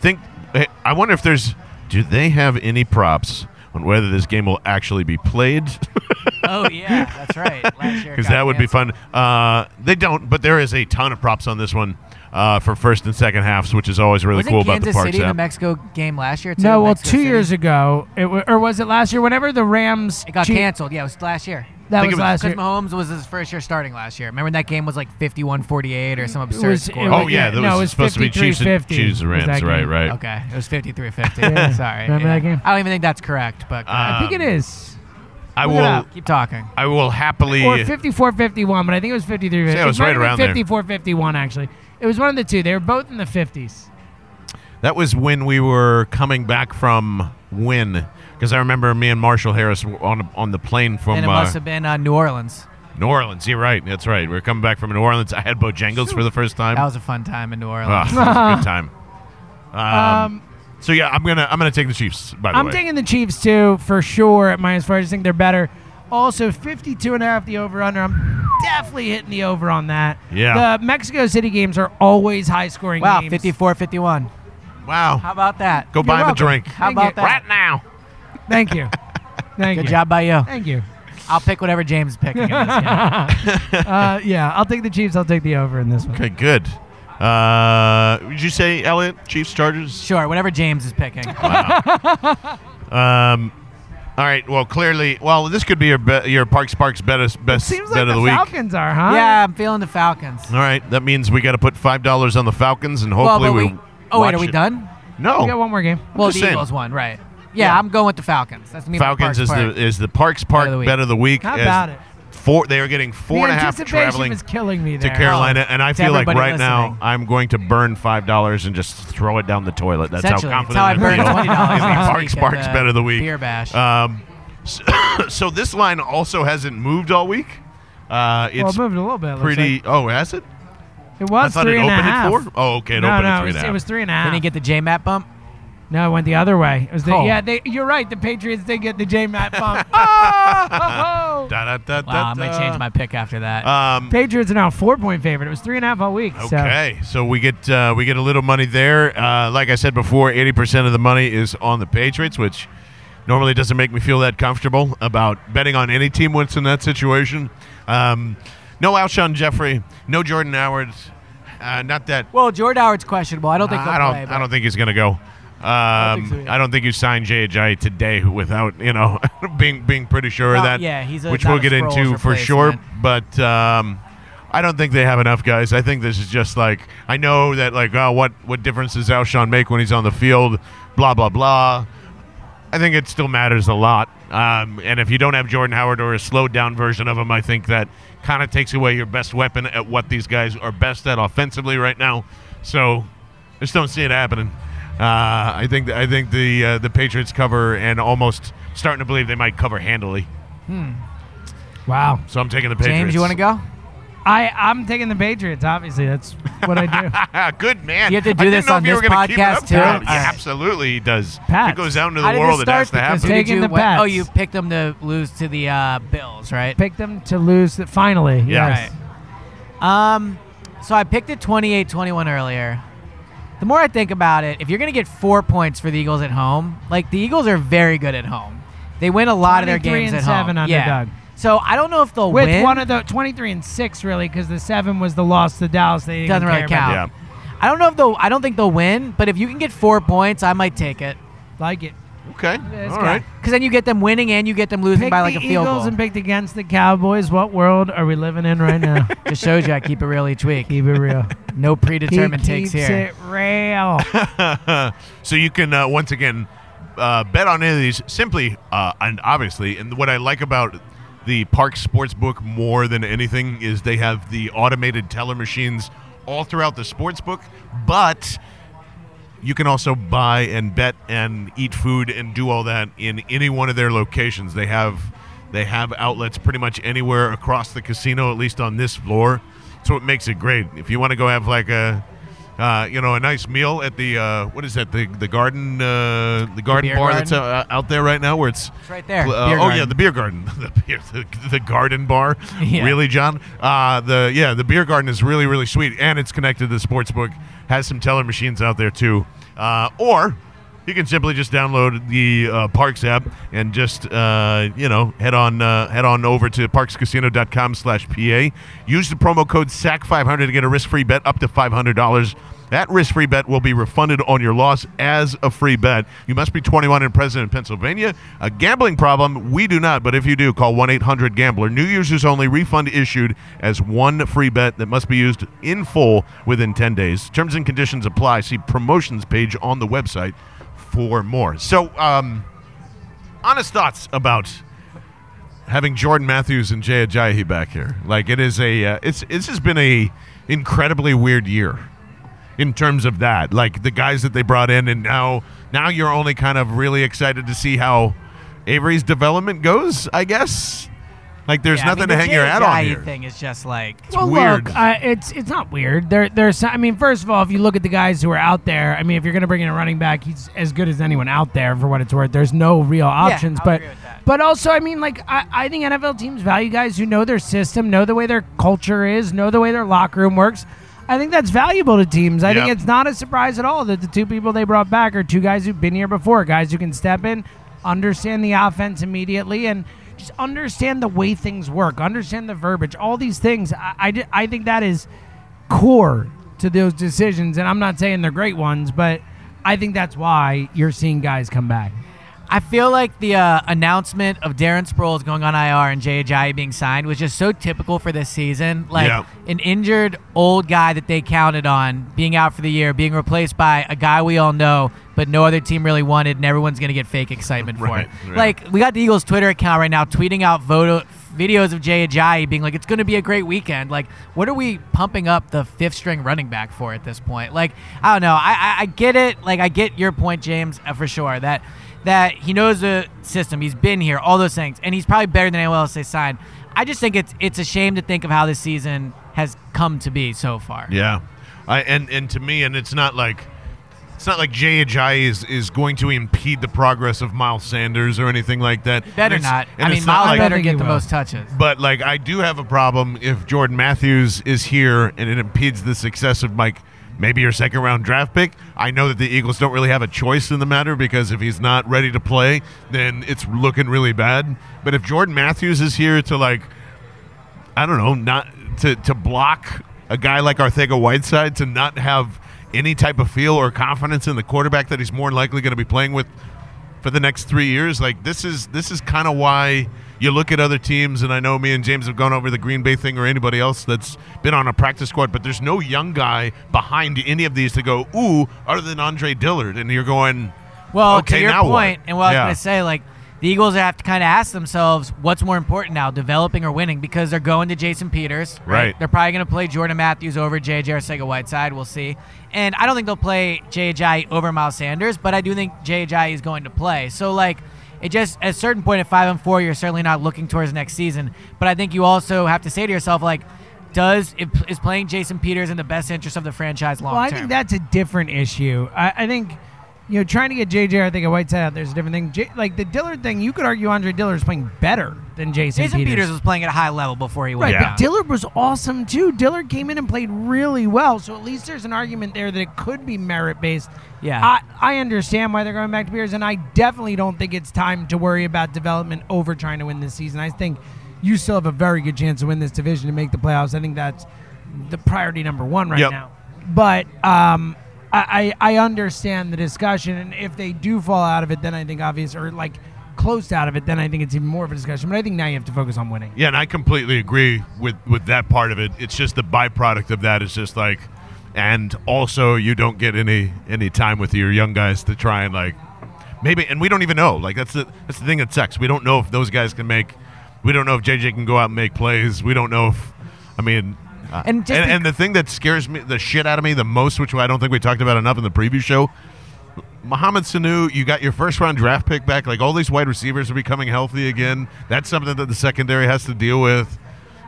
C: think I- I wonder if there's do they have any props on whether this game will actually be played? [LAUGHS]
E: oh yeah, that's right. Last year it
C: because
E: got
C: that would be
E: canceled.
C: fun. Uh, they don't, but there is a ton of props on this one uh, for first and second halves, which is always really
E: Wasn't
C: cool about
E: Kansas
C: the parks.
E: City in the
C: app.
E: Mexico game last year? Too?
D: no, well,
E: Mexico
D: two
E: City?
D: years ago, it w- or was it last year? Whenever the Rams
E: it got
D: Chief-
E: canceled. Yeah, it was last year.
D: That
C: Think it
D: was
C: was-
D: last
E: Because
D: year.
E: Mahomes was his first year starting last year. Remember when that game was like 51-48 or some
D: It
E: absurd
D: was, it
E: score?
D: was-
C: Oh, yeah, that
D: no,
C: was
D: it was
C: supposed to be Chiefs and-
D: 53-50
C: Chiefs and
D: was that
C: Rams,
D: game.
C: right, right.
E: Okay, it was 53-50.
D: Yeah.
E: [LAUGHS] Sorry.
D: Remember that game?
E: I don't even think that's correct, but
C: Uh,
D: I
E: uh,
D: think it is.
C: I
D: Look it
C: will.
D: up.
E: keep talking.
C: I will happily.
D: or 54 51, but I think it was 53
C: Yeah, it was right around there.
D: 54 51, actually. It was one of the two. They were both in the 50s.
C: That was when we were coming back from win, because I remember me and Marshall Harris were on on the plane from
E: And it
C: uh,
E: must have been uh, New Orleans.
C: New Orleans. You're right. That's right. We were coming back from New Orleans. I had Bojangles for the first time.
E: That was a fun time in New Orleans.
C: Ah, that was a good time. Um, so yeah, I'm gonna I'm gonna take the Chiefs. By the
D: I'm
C: way,
D: taking the Chiefs, too, for sure, at minus four. I just think they're better. Also, 52 and a half, the over under. I'm definitely hitting the over on that.
C: Yeah.
D: The Mexico City games are always high scoring
E: wow,
D: games.
E: 54-51.
C: wow.
E: How about that?
C: Go buy him a
D: welcome.
C: drink
E: How
D: Thank
E: about
D: you.
E: that?
C: right now.
D: Thank
E: [LAUGHS]
D: you. Thank
E: Good
D: you.
E: job by you.
D: Thank you.
E: I'll pick whatever James is picking in this game.
D: [LAUGHS] Uh, yeah, I'll take the Chiefs. I'll take the over in this one.
C: Okay, good. Uh, would you say Elliot Chiefs Chargers?
E: Sure, whatever James is picking.
C: Um, all right. Well, clearly, well, this could be your be- your Parks Parks best best bet
D: Seems like the,
C: of the week.
D: Falcons are, huh?
E: yeah, I'm feeling the Falcons.
C: All right, that means we got to put five dollars on the Falcons, and
E: Well,
C: hopefully
E: but we,
C: we.
E: oh, wait,
C: watch
E: are we
C: it.
E: done?
D: We got
C: No,
D: one more game.
E: Well,
C: just
E: the
C: saying.
E: Eagles won, right. Yeah, I'm going with the Falcons. That's me.
C: Falcons is the is the Parks Park
E: of the week.
C: bet of the week.
D: How
C: as
D: about it?
C: four. They are getting four
D: the
C: and a half
D: anticipation
C: traveling
D: is killing me
C: to
D: there.
C: Carolina, and I
E: to
C: feel like
E: everybody
C: right now
E: listening.
C: I'm going to burn five dollars and just throw it down the toilet. That's how
E: Essentially, that's
C: confident
E: how I
C: I
E: burned
C: feel. [LAUGHS]
E: $20
C: in the
E: last
C: Parks
E: week at
C: Parks
E: the
C: bet of the week.
E: beer bash.
C: Um, so, so this line also hasn't moved all week. Uh,
D: Well, it
C: it's
D: moved a little bit. it looks
C: pretty. Oh, has it?
D: like. It
C: I
D: was
C: thought it
D: three and
C: opened
D: a half.
C: at four. Oh, okay, it
D: no,
C: opened
D: no,
C: at
D: it
C: three
D: was,
C: and a half.
D: it was three and a
E: Then
D: half.
E: you get the J Map bump.
D: no, it went the other way. It was the,
E: Oh.
D: Yeah, they, you're right. The Patriots did get the J Matt [LAUGHS] bump. oh,
C: Da, da, da,
E: Wow,
C: da,
E: I might
C: da.
E: change my pick after that.
C: Um,
D: Patriots are now a four point favorite. It was three and a half all week. so-
C: Okay, so we get uh, we get a little money there. Uh, like I said before, eighty percent of the money is on the Patriots, which normally doesn't make me feel that comfortable about betting on any team when it's in that situation. Um, no Alshon Jeffrey, no Jordan Howard. Uh, not that
E: well, Jordan Howard's questionable. I don't think he'll
C: I don't.
E: play.
C: I don't think he's going to go. Um, I,
E: don't
C: don't
E: think so either.
C: think you signed JHI today without you know [LAUGHS] being being pretty sure of
E: Well,
C: that.
E: yeah, he's a-
C: which
E: not
C: we'll
E: a
C: get
E: Sproles
C: into for sure.
E: replacement.
C: But um, I don't think they have enough guys. I think this is just like I know that like oh what what difference does Alshon make when he's on the field? Blah blah blah. I think it still matters a lot. Um, and if you don't have Jordan Howard or a slowed down version of him, I think that kind of takes away your best weapon at what these guys are best at offensively right now. So I just don't see it happening. Uh, I think I think the uh, the Patriots cover and almost starting to believe they might cover handily.
D: Wow.
C: So I'm taking the Patriots.
E: James, you want to go?
D: I, I'm taking the Patriots, obviously. That's what I [LAUGHS]
C: [LAUGHS]
D: do.
C: Good man.
E: You have to
C: I
E: do
C: didn't
E: this
C: know
E: on
C: if you were
E: this
C: gonna keep it up,
E: podcast, too?
C: Pat. Yeah,
E: All right.
C: absolutely, he does.
D: Pat.
C: It goes down to
E: How
C: the
E: did
C: world.
E: this
C: It has
E: start?
C: to
E: Because
C: happen.
E: who did
D: Taking
E: you
D: the
E: wa-
D: Pats.
E: Oh, you picked them to lose to the uh, Bills, right?
D: Pick them to lose the, finally.
C: Yeah.
D: Yes.
E: Um, so I picked it 28-21 earlier. The more I think about it, if you're going to get four points for the Eagles at home, like the Eagles are very good at home. They win a lot of their
D: 23
E: games
D: and
E: at home.
D: seven underdog.
E: Yeah. So I don't know if they'll
D: With
E: win.
D: one of the 23 and 6, really, because the 7 was the loss to Dallas. They didn't
E: doesn't
D: care
E: really
D: about.
E: count. I don't know if they'll. I don't think they'll win, but if you can get four points, I might take it.
D: Like it.
C: Okay.
D: This
C: All
D: guy.
C: right.
E: Because then you get them winning and you get them losing
D: Picked
E: by like
D: the
E: a field
D: Eagles
E: goal.
D: and picked against the Cowboys. What world are we living in right [LAUGHS] now?
E: Just shows you I keep
D: [LAUGHS]
E: it real each week.
D: Keep it real.
E: No
D: he
E: predetermined takes
D: keeps
E: here.
D: it real.
C: So you can uh, once again uh, bet on any of these simply uh, and obviously. And what I like about the Park Sportsbook more than anything is they have the automated teller machines all throughout the sportsbook, but you can also buy and bet and eat food and do all that in any one of their locations. They have they have outlets pretty much anywhere across the casino, at least on this floor. So it makes it great. If you want to go have like a uh, you know a nice meal at the uh, what is that the the garden uh, the garden
E: beer
C: bar
E: garden?
C: that's uh, out there right now where it's
E: right there,
C: Uh,
E: beer
C: oh yeah,
E: garden.
C: the beer garden, [LAUGHS] the, beer, the, the garden bar.
E: Yeah.
C: Really, John? Uh, the yeah, the beer garden is really really sweet, and it's connected to the sports book. Has some teller machines out there too, uh, or you can simply just download the uh, Parks app and just uh, you know head on uh, head on over to parkscasino.com/pa. Use the promo code SAC500 to get a risk-free bet up to five hundred dollars. That risk free bet will be refunded on your loss as a free bet. You must be 21 and present in Pennsylvania. A gambling problem? We do not, but if you do, call 1 800 Gambler. New users only refund issued as one free bet that must be used in full within 10 days. Terms and conditions apply. See promotions page on the website for more. So, um, honest thoughts about having Jordan Matthews and Jay Ajayi back here. Like it is a uh, it's this has been a incredibly weird year in terms of that. Like the guys that they brought in and now now you're only kind of really excited to see how Avery's development goes, I guess. Like there's
E: Yeah, I
C: nothing
E: mean,
C: to
E: the
C: hang your
E: Jay
C: hat on
E: Ajayi
C: here.
E: [LAUGHS] thing is just like
D: [LAUGHS] well,
C: weird.
D: Look, uh, it's it's not weird. There there's I mean, first of all, if you look at the guys who are out there, I mean, if you're going to bring in a running back, he's as good as anyone out there for what it's worth. There's no real options,
E: I'll
D: but
E: agree with that.
D: but also, I mean, like I, I think NFL teams value guys who know their system, know the way their culture is, know the way their locker room works. I think that's valuable to teams. I
C: Yeah.
D: think it's not a surprise at all that the two people they brought back are two guys who've been here before, guys who can step in, understand the offense immediately, and just understand the way things work, understand the verbiage, all these things. I, I, di- I think that is core to those decisions, and I'm not saying they're great ones, but I think that's why you're seeing guys come back.
E: I feel like the uh, announcement of Darren Sproles going on IR and Jay Ajayi being signed was just so typical for this season. Like
C: Yeah.
E: an injured old guy that they counted on being out for the year, being replaced by a guy we all know, but no other team really wanted, and everyone's going to get fake excitement for
C: Right,
E: it.
C: yeah.
E: Like we got the Eagles Twitter account right now tweeting out voto, videos of Jay Ajayi being like, "It's going to be a great weekend." Like, what are we pumping up the fifth string running back for at this point? Like, I don't know. I I, I get it. Like, I get your point, James, uh, for sure. That that he knows the system. He's been here, all those things, and he's probably better than anyone else they signed. I just think it's it's a shame to think of how this season has come to be so far.
C: Yeah, I and and to me, and it's not like it's not like Jay Ajayi is, is going to impede the progress of Miles Sanders or anything like that.
E: Better
C: And it's-
E: not.
C: and
E: I mean,
C: it's not
E: Miles
C: like-
E: better get
D: he
E: the
D: will.
E: most touches.
C: But like, I do have a problem if Jordan Matthews is here and it impedes the success of Mike. Maybe your second round draft pick. I know that the Eagles don't really have a choice in the matter because if he's not ready to play, then it's looking really bad. But if Jordan Matthews is here to like, I don't know, not to to block a guy like Arthega Whiteside to not have any type of feel or confidence in the quarterback that he's more than likely going to be playing with for the next three years. Like this is this is kind of why you look at other teams, and I know me and James have gone over the Green Bay thing or anybody else that's been on a practice squad, but there's no young guy behind any of these to go ooh, other than Andre Dillard, and you're going
E: Well,
C: okay
E: to your
C: now what?"
E: point, and what I was
C: Yeah.
E: going to say, like the Eagles have to kind of ask themselves what's more important now, developing or winning, because they're going to Jason Peters.
C: Right.
E: They're probably going to play Jordan Matthews over J.J. Arcega-Whiteside. We'll see. And I don't think they'll play J.J. over Miles Sanders, but I do think J.J. is going to play. So like. It just at a certain point at five and four, you're certainly not looking towards next season. But I think you also have to say to yourself, like, does is playing Jason Peters in the best interest of the franchise long
D: Well, I
E: term?
D: think that's a different issue. I, I think, you know, trying to get JJ, I think a Whiteside out there is a different thing. J, like the Dillard thing, you could argue Andre Dillard is playing better than Jason,
E: Jason Peters. was playing at a high level before he went.
D: Right,
E: down.
D: but Dillard was awesome too. Dillard came in and played really well, so at least there's an argument there that it could be merit based.
E: Yeah.
D: I, I understand why they're going back to Peters, and I definitely don't think it's time to worry about development over trying to win this season. I think you still have a very good chance to win this division and make the playoffs. I think that's the priority number one right
C: Yep.
D: now. But um, I, I I understand the discussion, and if they do fall out of it, then I think obvious or like close out of it, then I think it's even more of a discussion. But I think now you have to focus on winning.
C: Yeah, and I completely agree with with that part of it. It's just the byproduct of that is just like, and also you don't get any any time with your young guys to try and like, maybe, and we don't even know. Like that's the that's the thing that sucks. We don't know if those guys can make. We don't know if JJ can go out and make plays. We don't know if, I mean. uh,
E: And just
C: and,
E: be-
C: and the thing that scares me the shit out of me the most, which I don't think we talked about enough in the preview show, Mohamed Sanu, you got your first round draft pick back. Like all these wide receivers are becoming healthy again. That's something that the secondary has to deal with.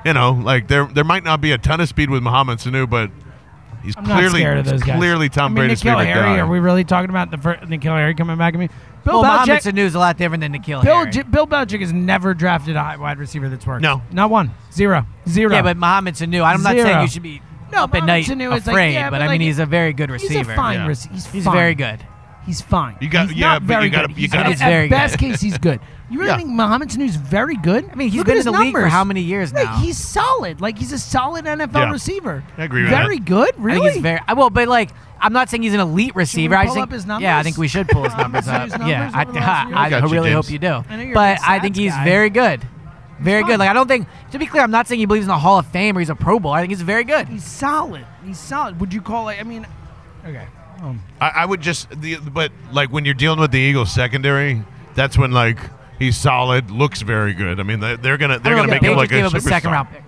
C: You know, like there there might not be a ton of speed with Mohamed Sanu, but he's
D: I'm not
C: clearly
D: scared of those guys.
C: clearly Tom
D: I mean,
C: Brady's
D: Nikhil
C: favorite
D: Harry,
C: guy.
D: Are we really talking about the fir- Nikhil Harry coming back at me? Bill
E: Well, Mohamed
D: Belichick.
E: Sanu is a lot different than Nikhil
D: Bill,
E: Harry.
D: J- Bill Belichick has never drafted a high wide receiver that's worked.
C: No.
D: not one, zero, zero.
E: yeah, but Mohamed Sanu, I'm not saying
D: Zero.
E: you should be
D: No,
E: up at
D: Mohamed
E: night
D: Sanu is like,
E: afraid,
D: yeah,
E: but,
D: but
E: I
D: like,
E: mean, he's a very good
D: he's
E: receiver.
D: a fine
C: Yeah.
D: receiver. He's,
E: He's
D: fine.
E: very good.
D: He's fine.
C: You got-
D: he's
C: yeah,
D: not
C: but you
D: very
C: gotta-
D: good.
C: you
D: He's
C: gotta-
D: at-
E: He's very
D: at best
E: good.
D: case, he's good. You really
C: Yeah.
D: think Mohamed Sanu's very good?
E: I mean, he's
D: Look
E: been
D: at
E: in
D: his
E: the league for
D: numbers.
E: how many years
D: Like,
E: now?
D: he's solid. Like he's a solid NFL
C: Yeah.
D: receiver.
C: I agree with
D: Very
C: that.
D: good.
E: I
D: Really?
E: think he's very I- well, but like, I'm not saying he's an elite receiver. I
D: pull
E: just think,
D: up his
E: yeah, I
D: numbers?
E: think we should
D: [LAUGHS]
E: pull his numbers up.
D: Mohamed Sanu's
E: yeah,
D: numbers
E: I,
D: over the last year?
E: [LAUGHS] I,
C: I got you,
E: really hope
C: James.
E: you do.
D: I know you're a
E: But
D: big
E: I think
D: stats
E: he's
D: guy.
E: very good. Very
D: fine.
E: good. Like I don't think to be clear, I'm not saying he believes in the Hall of Fame or he's a Pro Bowl. I think he's very good.
D: He's solid. He's solid. Would you call like I mean Okay. Um,
C: I, I would just, the, but like when you're dealing with the Eagles secondary, that's when like he's solid, looks very good. I mean, they, they're gonna they're
E: I
C: gonna
E: don't know,
C: make
E: they
C: him like
E: just gave up a
C: superstar.
E: second round pick.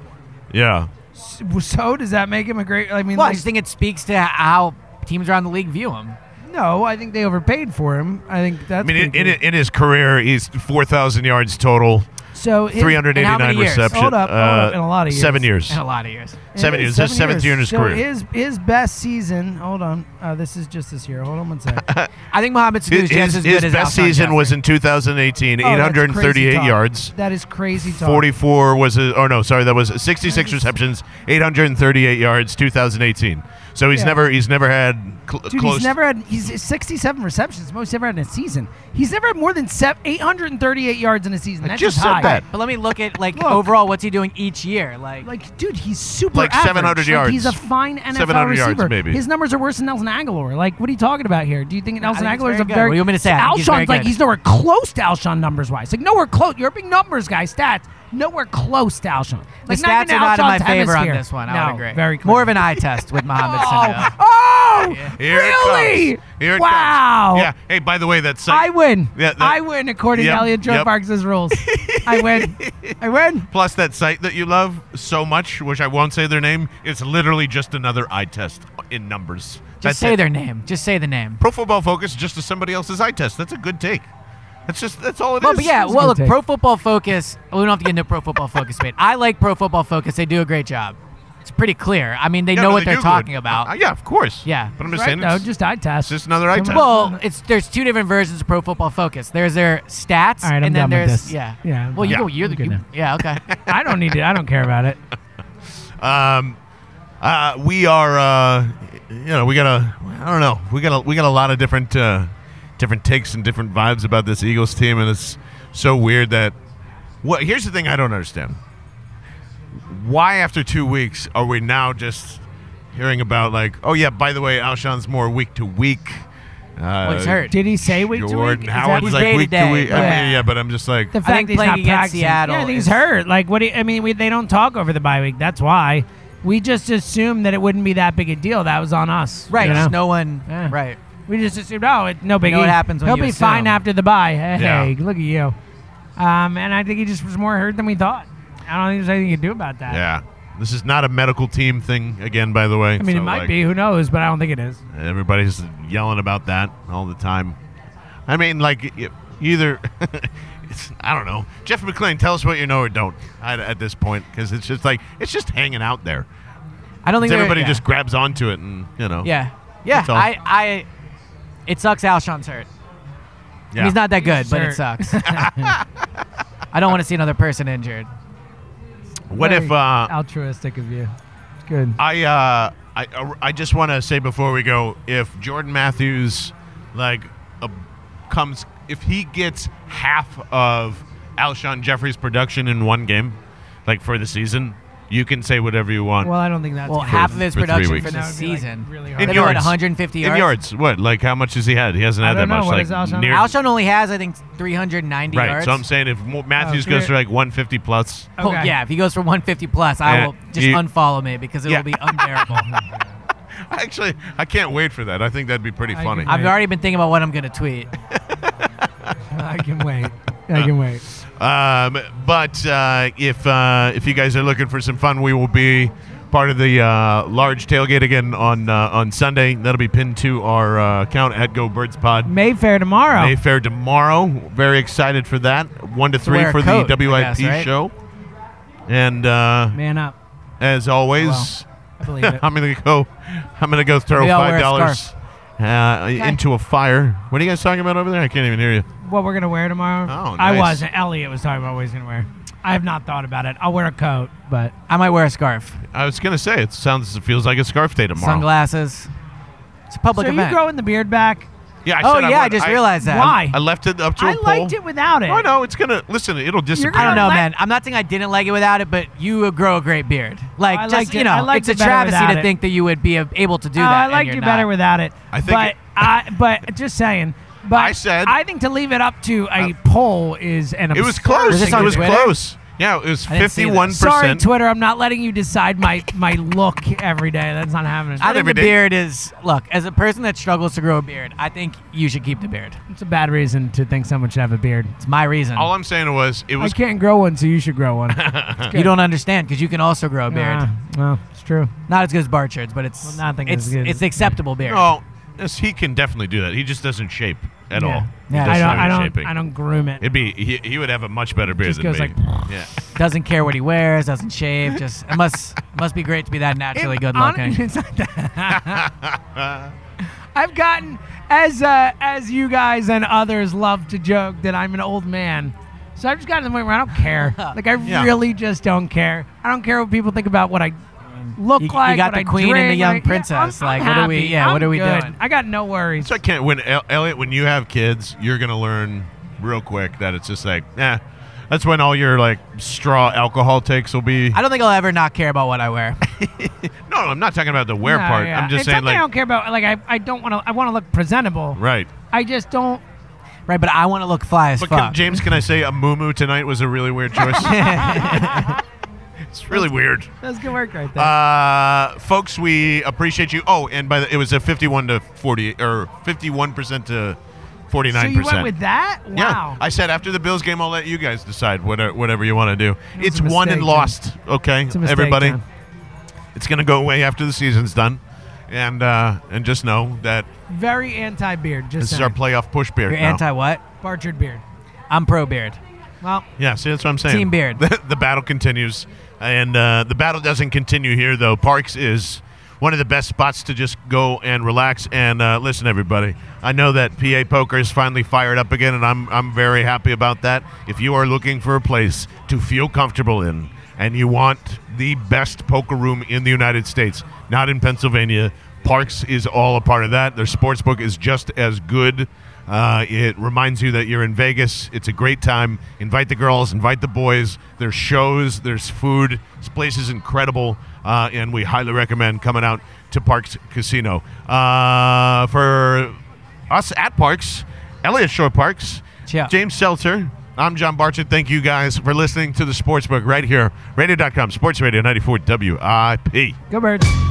C: Yeah,
D: so does that make him a great I mean
E: Well, I
D: like,
E: just think it speaks to how teams around the league view him.
D: no, I think they overpaid for him. I think that's
C: I mean, in,
D: pretty
C: in,
D: cool.
C: in his career, he's four thousand yards total.
D: So his-
C: 389
E: many years?
C: receptions.
D: Hold up, hold up, in a lot of years.
C: uh, Seven years.
E: In a lot of years.
C: Seven
D: it is
C: years. His seventh year in his
D: so
C: career.
D: His his best season. Hold on. Uh, this is just this year. Hold
C: [LAUGHS]
D: on one Oh, second.
E: I think Mohamed Sanu
C: His,
E: is just
C: his
E: as good as
C: best
E: Alshon
C: season
E: Jeffrey.
C: was in 2018,
D: Oh, that's
C: 838
D: crazy talk.
C: yards.
D: That is crazy talk.
C: 44 was, a, oh no, sorry, that was 66 receptions, 838 yards, 2018. So he's
D: Yeah.
C: never, he's never had cl-
D: Dude,
C: close.
D: he's never had. He's 67 receptions, most he's ever had in a season. He's never had more than se- 838 yards in a season. That's
C: just said
D: high.
C: that.
E: But let me look at like
D: Look.
E: overall what's he doing each year? Like,
D: Like, dude, he's super
C: Like
D: average.
C: 700
D: Like, he's a
C: yards.
D: fine NFL
C: 700 yards,
D: receiver.
C: maybe.
D: His numbers are worse than Nelson Aguilar. Like, what are you talking about here? Do you think Nelson
E: think he's
D: Aguilar is a
E: very good.
D: very?
E: What do you want me to say? I think he's very
D: Alshon's like
E: good.
D: he's nowhere close to Alshon numbers wise. Like nowhere close. You're a big numbers guy. Stats nowhere close to Alshon.
E: the
D: Like,
E: stats
D: even
E: are not in my
D: Alshon's
E: favor on
D: hemisphere.
E: this one.
D: No,
E: I would agree.
D: Very
E: More
D: [LAUGHS]
E: of
D: clear.
E: an eye test with Mohamed
D: Oh,
E: Sanu.
D: oh, No!
C: Here
D: really?
C: It comes. Here it
D: wow.
C: Comes. Yeah. Hey, by the way, that's
D: I win.
C: Yeah, that-
D: I win according
C: Yep,
D: to Elliot Joe
C: yep. [LAUGHS]
D: Parks' rules. I win. I win.
C: Plus, that site that you love so much, which I won't say their name, it's literally just another eye test in numbers.
E: Just say their name. Just say the name.
C: Pro Football Focus is just as somebody else's eye test. That's a good take. That's just that's all it is.
E: Well, but yeah,
D: is
E: well,
D: a
E: look,
D: good
E: Pro Football Focus. We don't have to get into Pro Football Focus, but I like Pro Football Focus. They do a great job. It's pretty clear. I mean, they
C: Yeah,
E: know
C: but
E: what
C: they
E: they are
C: do
E: talking
C: good.
E: about.
C: Uh, yeah, of course.
E: Yeah.
C: But I'm just
D: Right?
C: saying,
D: No,
C: it's,
D: just eye test.
C: it's just another eye test.
E: well, it's there's two different versions of Pro Football Focus. There's their stats,
D: All right, I'm
E: and
D: done
E: then
D: with
E: there's
D: this.
E: yeah,
D: Yeah, I'm
E: Well, you
D: done.
E: go. You're
D: I'm
E: the
D: good
E: you,
D: now.
E: yeah. Okay.
D: [LAUGHS] I don't need it. I don't care about it.
C: Um, uh, we are, uh, you know, we got a, I don't know, we got a, we got a lot of different, uh, different takes and different vibes about this Eagles team, and it's so weird that. Well, here's the thing I don't understand. Why after two weeks are we now just hearing about like, oh yeah, by the way, Alshon's more week to week. Uh,
E: well, he's hurt.
D: Did he say week to week?
C: Jordan
D: Is that-
C: Howard's
E: He's
C: like
E: day to
C: week to
E: day,
C: week. I
E: yeah.
C: mean, yeah, but I'm just like,
D: the fact
E: think
D: that he's
E: playing
D: not
E: against
D: practicing.
E: Seattle
D: Yeah, he's
E: is-
D: hurt. Like what? Do you, I mean, we, they don't talk over the bye week. That's why we just assumed that it wouldn't be that big a deal. That was on us.
E: Right.
D: you know?
E: Just no one.
D: Yeah.
E: Right.
D: We just assumed, oh, it, no biggie.
E: know what happens when
D: He'll
E: you
D: be fine
E: assume.
D: after the bye. Hey,
C: Yeah.
D: look at you. Um, and I think he just was more hurt than we thought. I don't think there's anything you can do about that.
C: yeah, this is not a medical team thing again. By the way,
D: I mean, it might be. Who knows? But I don't think it is.
C: Everybody's yelling about that all the time. I mean, like e- either [LAUGHS] it's, I don't know. Jeff McClain, tell us what you know or don't at, at this point, because it's just like it's just hanging out there.
E: I don't
C: It's
E: think they're-
C: everybody
E: yeah.
C: just grabs onto it, and you know,
E: Yeah. Yeah.
C: That's all.
E: I. I. It sucks. Alshon's hurt.
C: yeah.
E: He's not that good, but it
D: He's [LAUGHS]
E: sucks. I don't want to see another person injured.
C: What if
D: Very
C: uh,
E: oh.
D: altruistic of you? Good.
C: I, uh, I, I just want to say before we go, if Jordan Matthews, like, uh, comes, if he gets half of Alshon Jeffrey's production in one game, like for the season, you can say whatever you want.
D: Well, I don't think that's
E: Well,
D: the
E: half
D: case.
E: of his
C: for three
E: production
C: weeks.
E: for the
D: That would be, like,
E: season.
D: really
E: Maybe
D: hard.
C: in
E: like
C: yards,
E: 150
C: in yards, what? Like, how much has he had? He hasn't
D: I
C: had that
D: don't know.
C: much.
D: What
C: like,
D: is Alshon-
C: near-
E: Alshon only has, I think, 390
C: right.
E: yards.
C: So I'm saying if Mo- Matthews
D: Oh,
C: goes for
D: three-
C: like 150 plus, [LAUGHS]
E: Oh,
D: Okay.
E: yeah, if he goes for 150 plus, I
C: Uh,
E: will just
C: you-
E: unfollow me because it
C: Yeah.
E: will be
D: [LAUGHS]
E: unbearable.
C: actually, I can't wait for that. I think that'd be pretty
D: I
C: funny.
D: agree.
E: I've already been thinking about what I'm going to tweet.
D: [LAUGHS] I can wait.
C: [LAUGHS]
D: I can wait.
C: Um, but uh, if uh, if you guys are looking for some fun, we will be part of the uh, large tailgate again on uh, on Sunday. That'll be pinned to our uh, account at Go Birds Pod.
D: Mayfair tomorrow.
C: Mayfair tomorrow. Very excited for that. One to three
E: wear a
C: for
E: coat,
C: the
E: I
C: WIP
E: guess, right?
C: show. And uh,
D: Man up.
C: as always,
D: I believe it.
C: I'm gonna go. I'm gonna go throw
E: Maybe I'll wear
C: five
E: a
C: dollars uh, into a fire. What are you guys talking about over there? I can't even hear you.
D: what we're gonna wear tomorrow?
C: Oh,
D: I
C: nice.
D: wasn't. Elliot was talking about what he's gonna wear. I have not thought about it. I'll wear a coat, but
E: I might wear a scarf,
C: I was gonna say it sounds it feels like a scarf day tomorrow.
E: sunglasses. It's a
D: so
E: public
D: are you
E: event.
D: growing the beard back?
C: Yeah. I
E: oh,
C: said I
E: yeah, I,
C: would.
E: just realized that.
D: Why?
C: I left it up to a
D: I
C: poll.
D: liked it without it.
C: Oh no, it's gonna listen. It'll disappear.
E: I don't know,
D: Let-
E: man. I'm not saying I didn't like it without it, but you would grow a great beard. Like,
D: I liked
E: just, you
D: it-
E: know,
D: I liked
E: it's a
D: it better
E: travesty
D: without
E: to
D: it.
E: think that you would be able to do
D: No,
E: that.
D: Oh, I
E: and
D: liked
E: you're
D: you
E: not.
D: better without it.
C: I think
D: but
C: it-
D: [LAUGHS] I but just saying. But
C: I said- Uh,
D: I think to leave it up to a poll is an.
C: It was
D: absurd
C: close.
E: Was this
C: it
D: thing
E: on
D: to
C: was
D: do.
E: Twitter?
C: close. Yeah, it was
E: I didn't see that.
C: fifty-one
D: Sorry,
C: percent.
D: Twitter. I'm not letting you decide my my look every day. That's not happening.
E: I think
C: every
E: the
C: day.
E: beard is look. As a person that struggles to grow a beard, I think you should keep the beard.
D: it's a bad reason to think someone should have a beard.
E: It's my reason.
C: All I'm saying was it
D: I
C: was.
D: can't grow one, so you should
C: [LAUGHS]
D: grow one.
E: you don't understand because you can also grow a beard.
D: Yeah, well, it's true.
E: Not as good as Barchard's, but it's
D: Well, nothing
E: it's,
D: is good.
E: it's acceptable beard.
C: Oh, yes, he can definitely do that. He just doesn't shape at
D: Yeah.
C: all. He
E: Yeah,
C: doesn't
D: I don't.
C: have any
D: I don't.
C: shaping.
D: I don't groom it.
C: It'd be he, he would have a much better beard
D: Just
C: than
D: goes
C: me.
D: like-
C: yeah.
E: Doesn't care what he wears. Doesn't shave. Just it must must be great to be that
D: [LAUGHS]
E: naturally
D: It-
E: good
D: hon-
E: looking.
D: it's not
E: [LAUGHS]
D: that- I've gotten as uh, as you guys and others love to joke that I'm an old man. So I've just gotten to the point where I don't
E: [LAUGHS]
D: care. Like I
C: Yeah.
D: really just don't care. I don't care what people think about what I look
E: You- you
D: like.
E: got
D: what
E: the
D: I
E: queen and the
D: drink,
E: young
D: what I- yeah,
E: princess.
D: I'm-
E: Like,
D: I'm
E: what are we-
D: happy.
E: yeah, what
D: I'm
E: are we
D: good.
E: doing?
D: I got no worries.
C: So I can't. When El- Elliot, when you have kids, you're gonna learn real quick that it's just like, nah. That's when all your like straw alcohol takes will be.
E: I don't think I'll ever not care about what I wear.
C: [LAUGHS] no, I'm not talking about the wear
D: Yeah,
C: part.
D: yeah.
C: I'm just
D: it's
C: saying
D: something I
C: like,
D: don't care about. Like I, I don't want to. I want to look presentable.
C: right.
D: I just don't.
E: right, but I want to look fly as
C: But
E: fuck. [LAUGHS]
C: can, James, can I say a moo tonight was a really weird choice? [LAUGHS] it's really weird.
D: That's good work right there.
C: Uh, folks, we appreciate you. Oh, and by the, it was a 51 to 40 or 51 percent to 49
D: so
C: percent.
D: you went with that? Wow.
C: Yeah, I said after the Bills game, I'll let you guys decide whatever, whatever you want to do.
D: It was
C: it's
D: a
C: won and
D: mistake,
C: lost. Okay,
D: It's a mistake,
C: everybody,
D: John.
C: it's gonna go away after the season's done, and uh, and just know that
D: Very anti beard. Just
C: this is our
D: saying.
C: playoff push beard.
E: You're
C: now.
E: anti what?
D: Barchard beard.
E: I'm pro beard.
D: Well,
C: Yeah, see, that's what I'm saying.
E: Team
C: [LAUGHS]
E: beard.
C: The, the battle continues, and uh, the battle doesn't continue here though. Parks is one of the best spots to just go and relax and uh, listen, everybody. I know that PA Poker is finally fired up again, and I'm I'm very happy about that. If you are looking for a place to feel comfortable in, and you want the best poker room in the United States, not in Pennsylvania. Parks is all a part of that. Their sports book is just as good. Uh, it reminds you that you're in Vegas. It's a great time. Invite the girls, invite the boys. There's shows, there's food. This place is incredible, uh, and we highly recommend coming out to Parks Casino. Uh, for us at Parks, Elliott Shore Parks,
E: Yeah.
C: James Seltzer. I'm John Barchett. Thank you guys for listening to the Sportsbook right here, radio.com, sports radio 94 WIP.
D: go birds.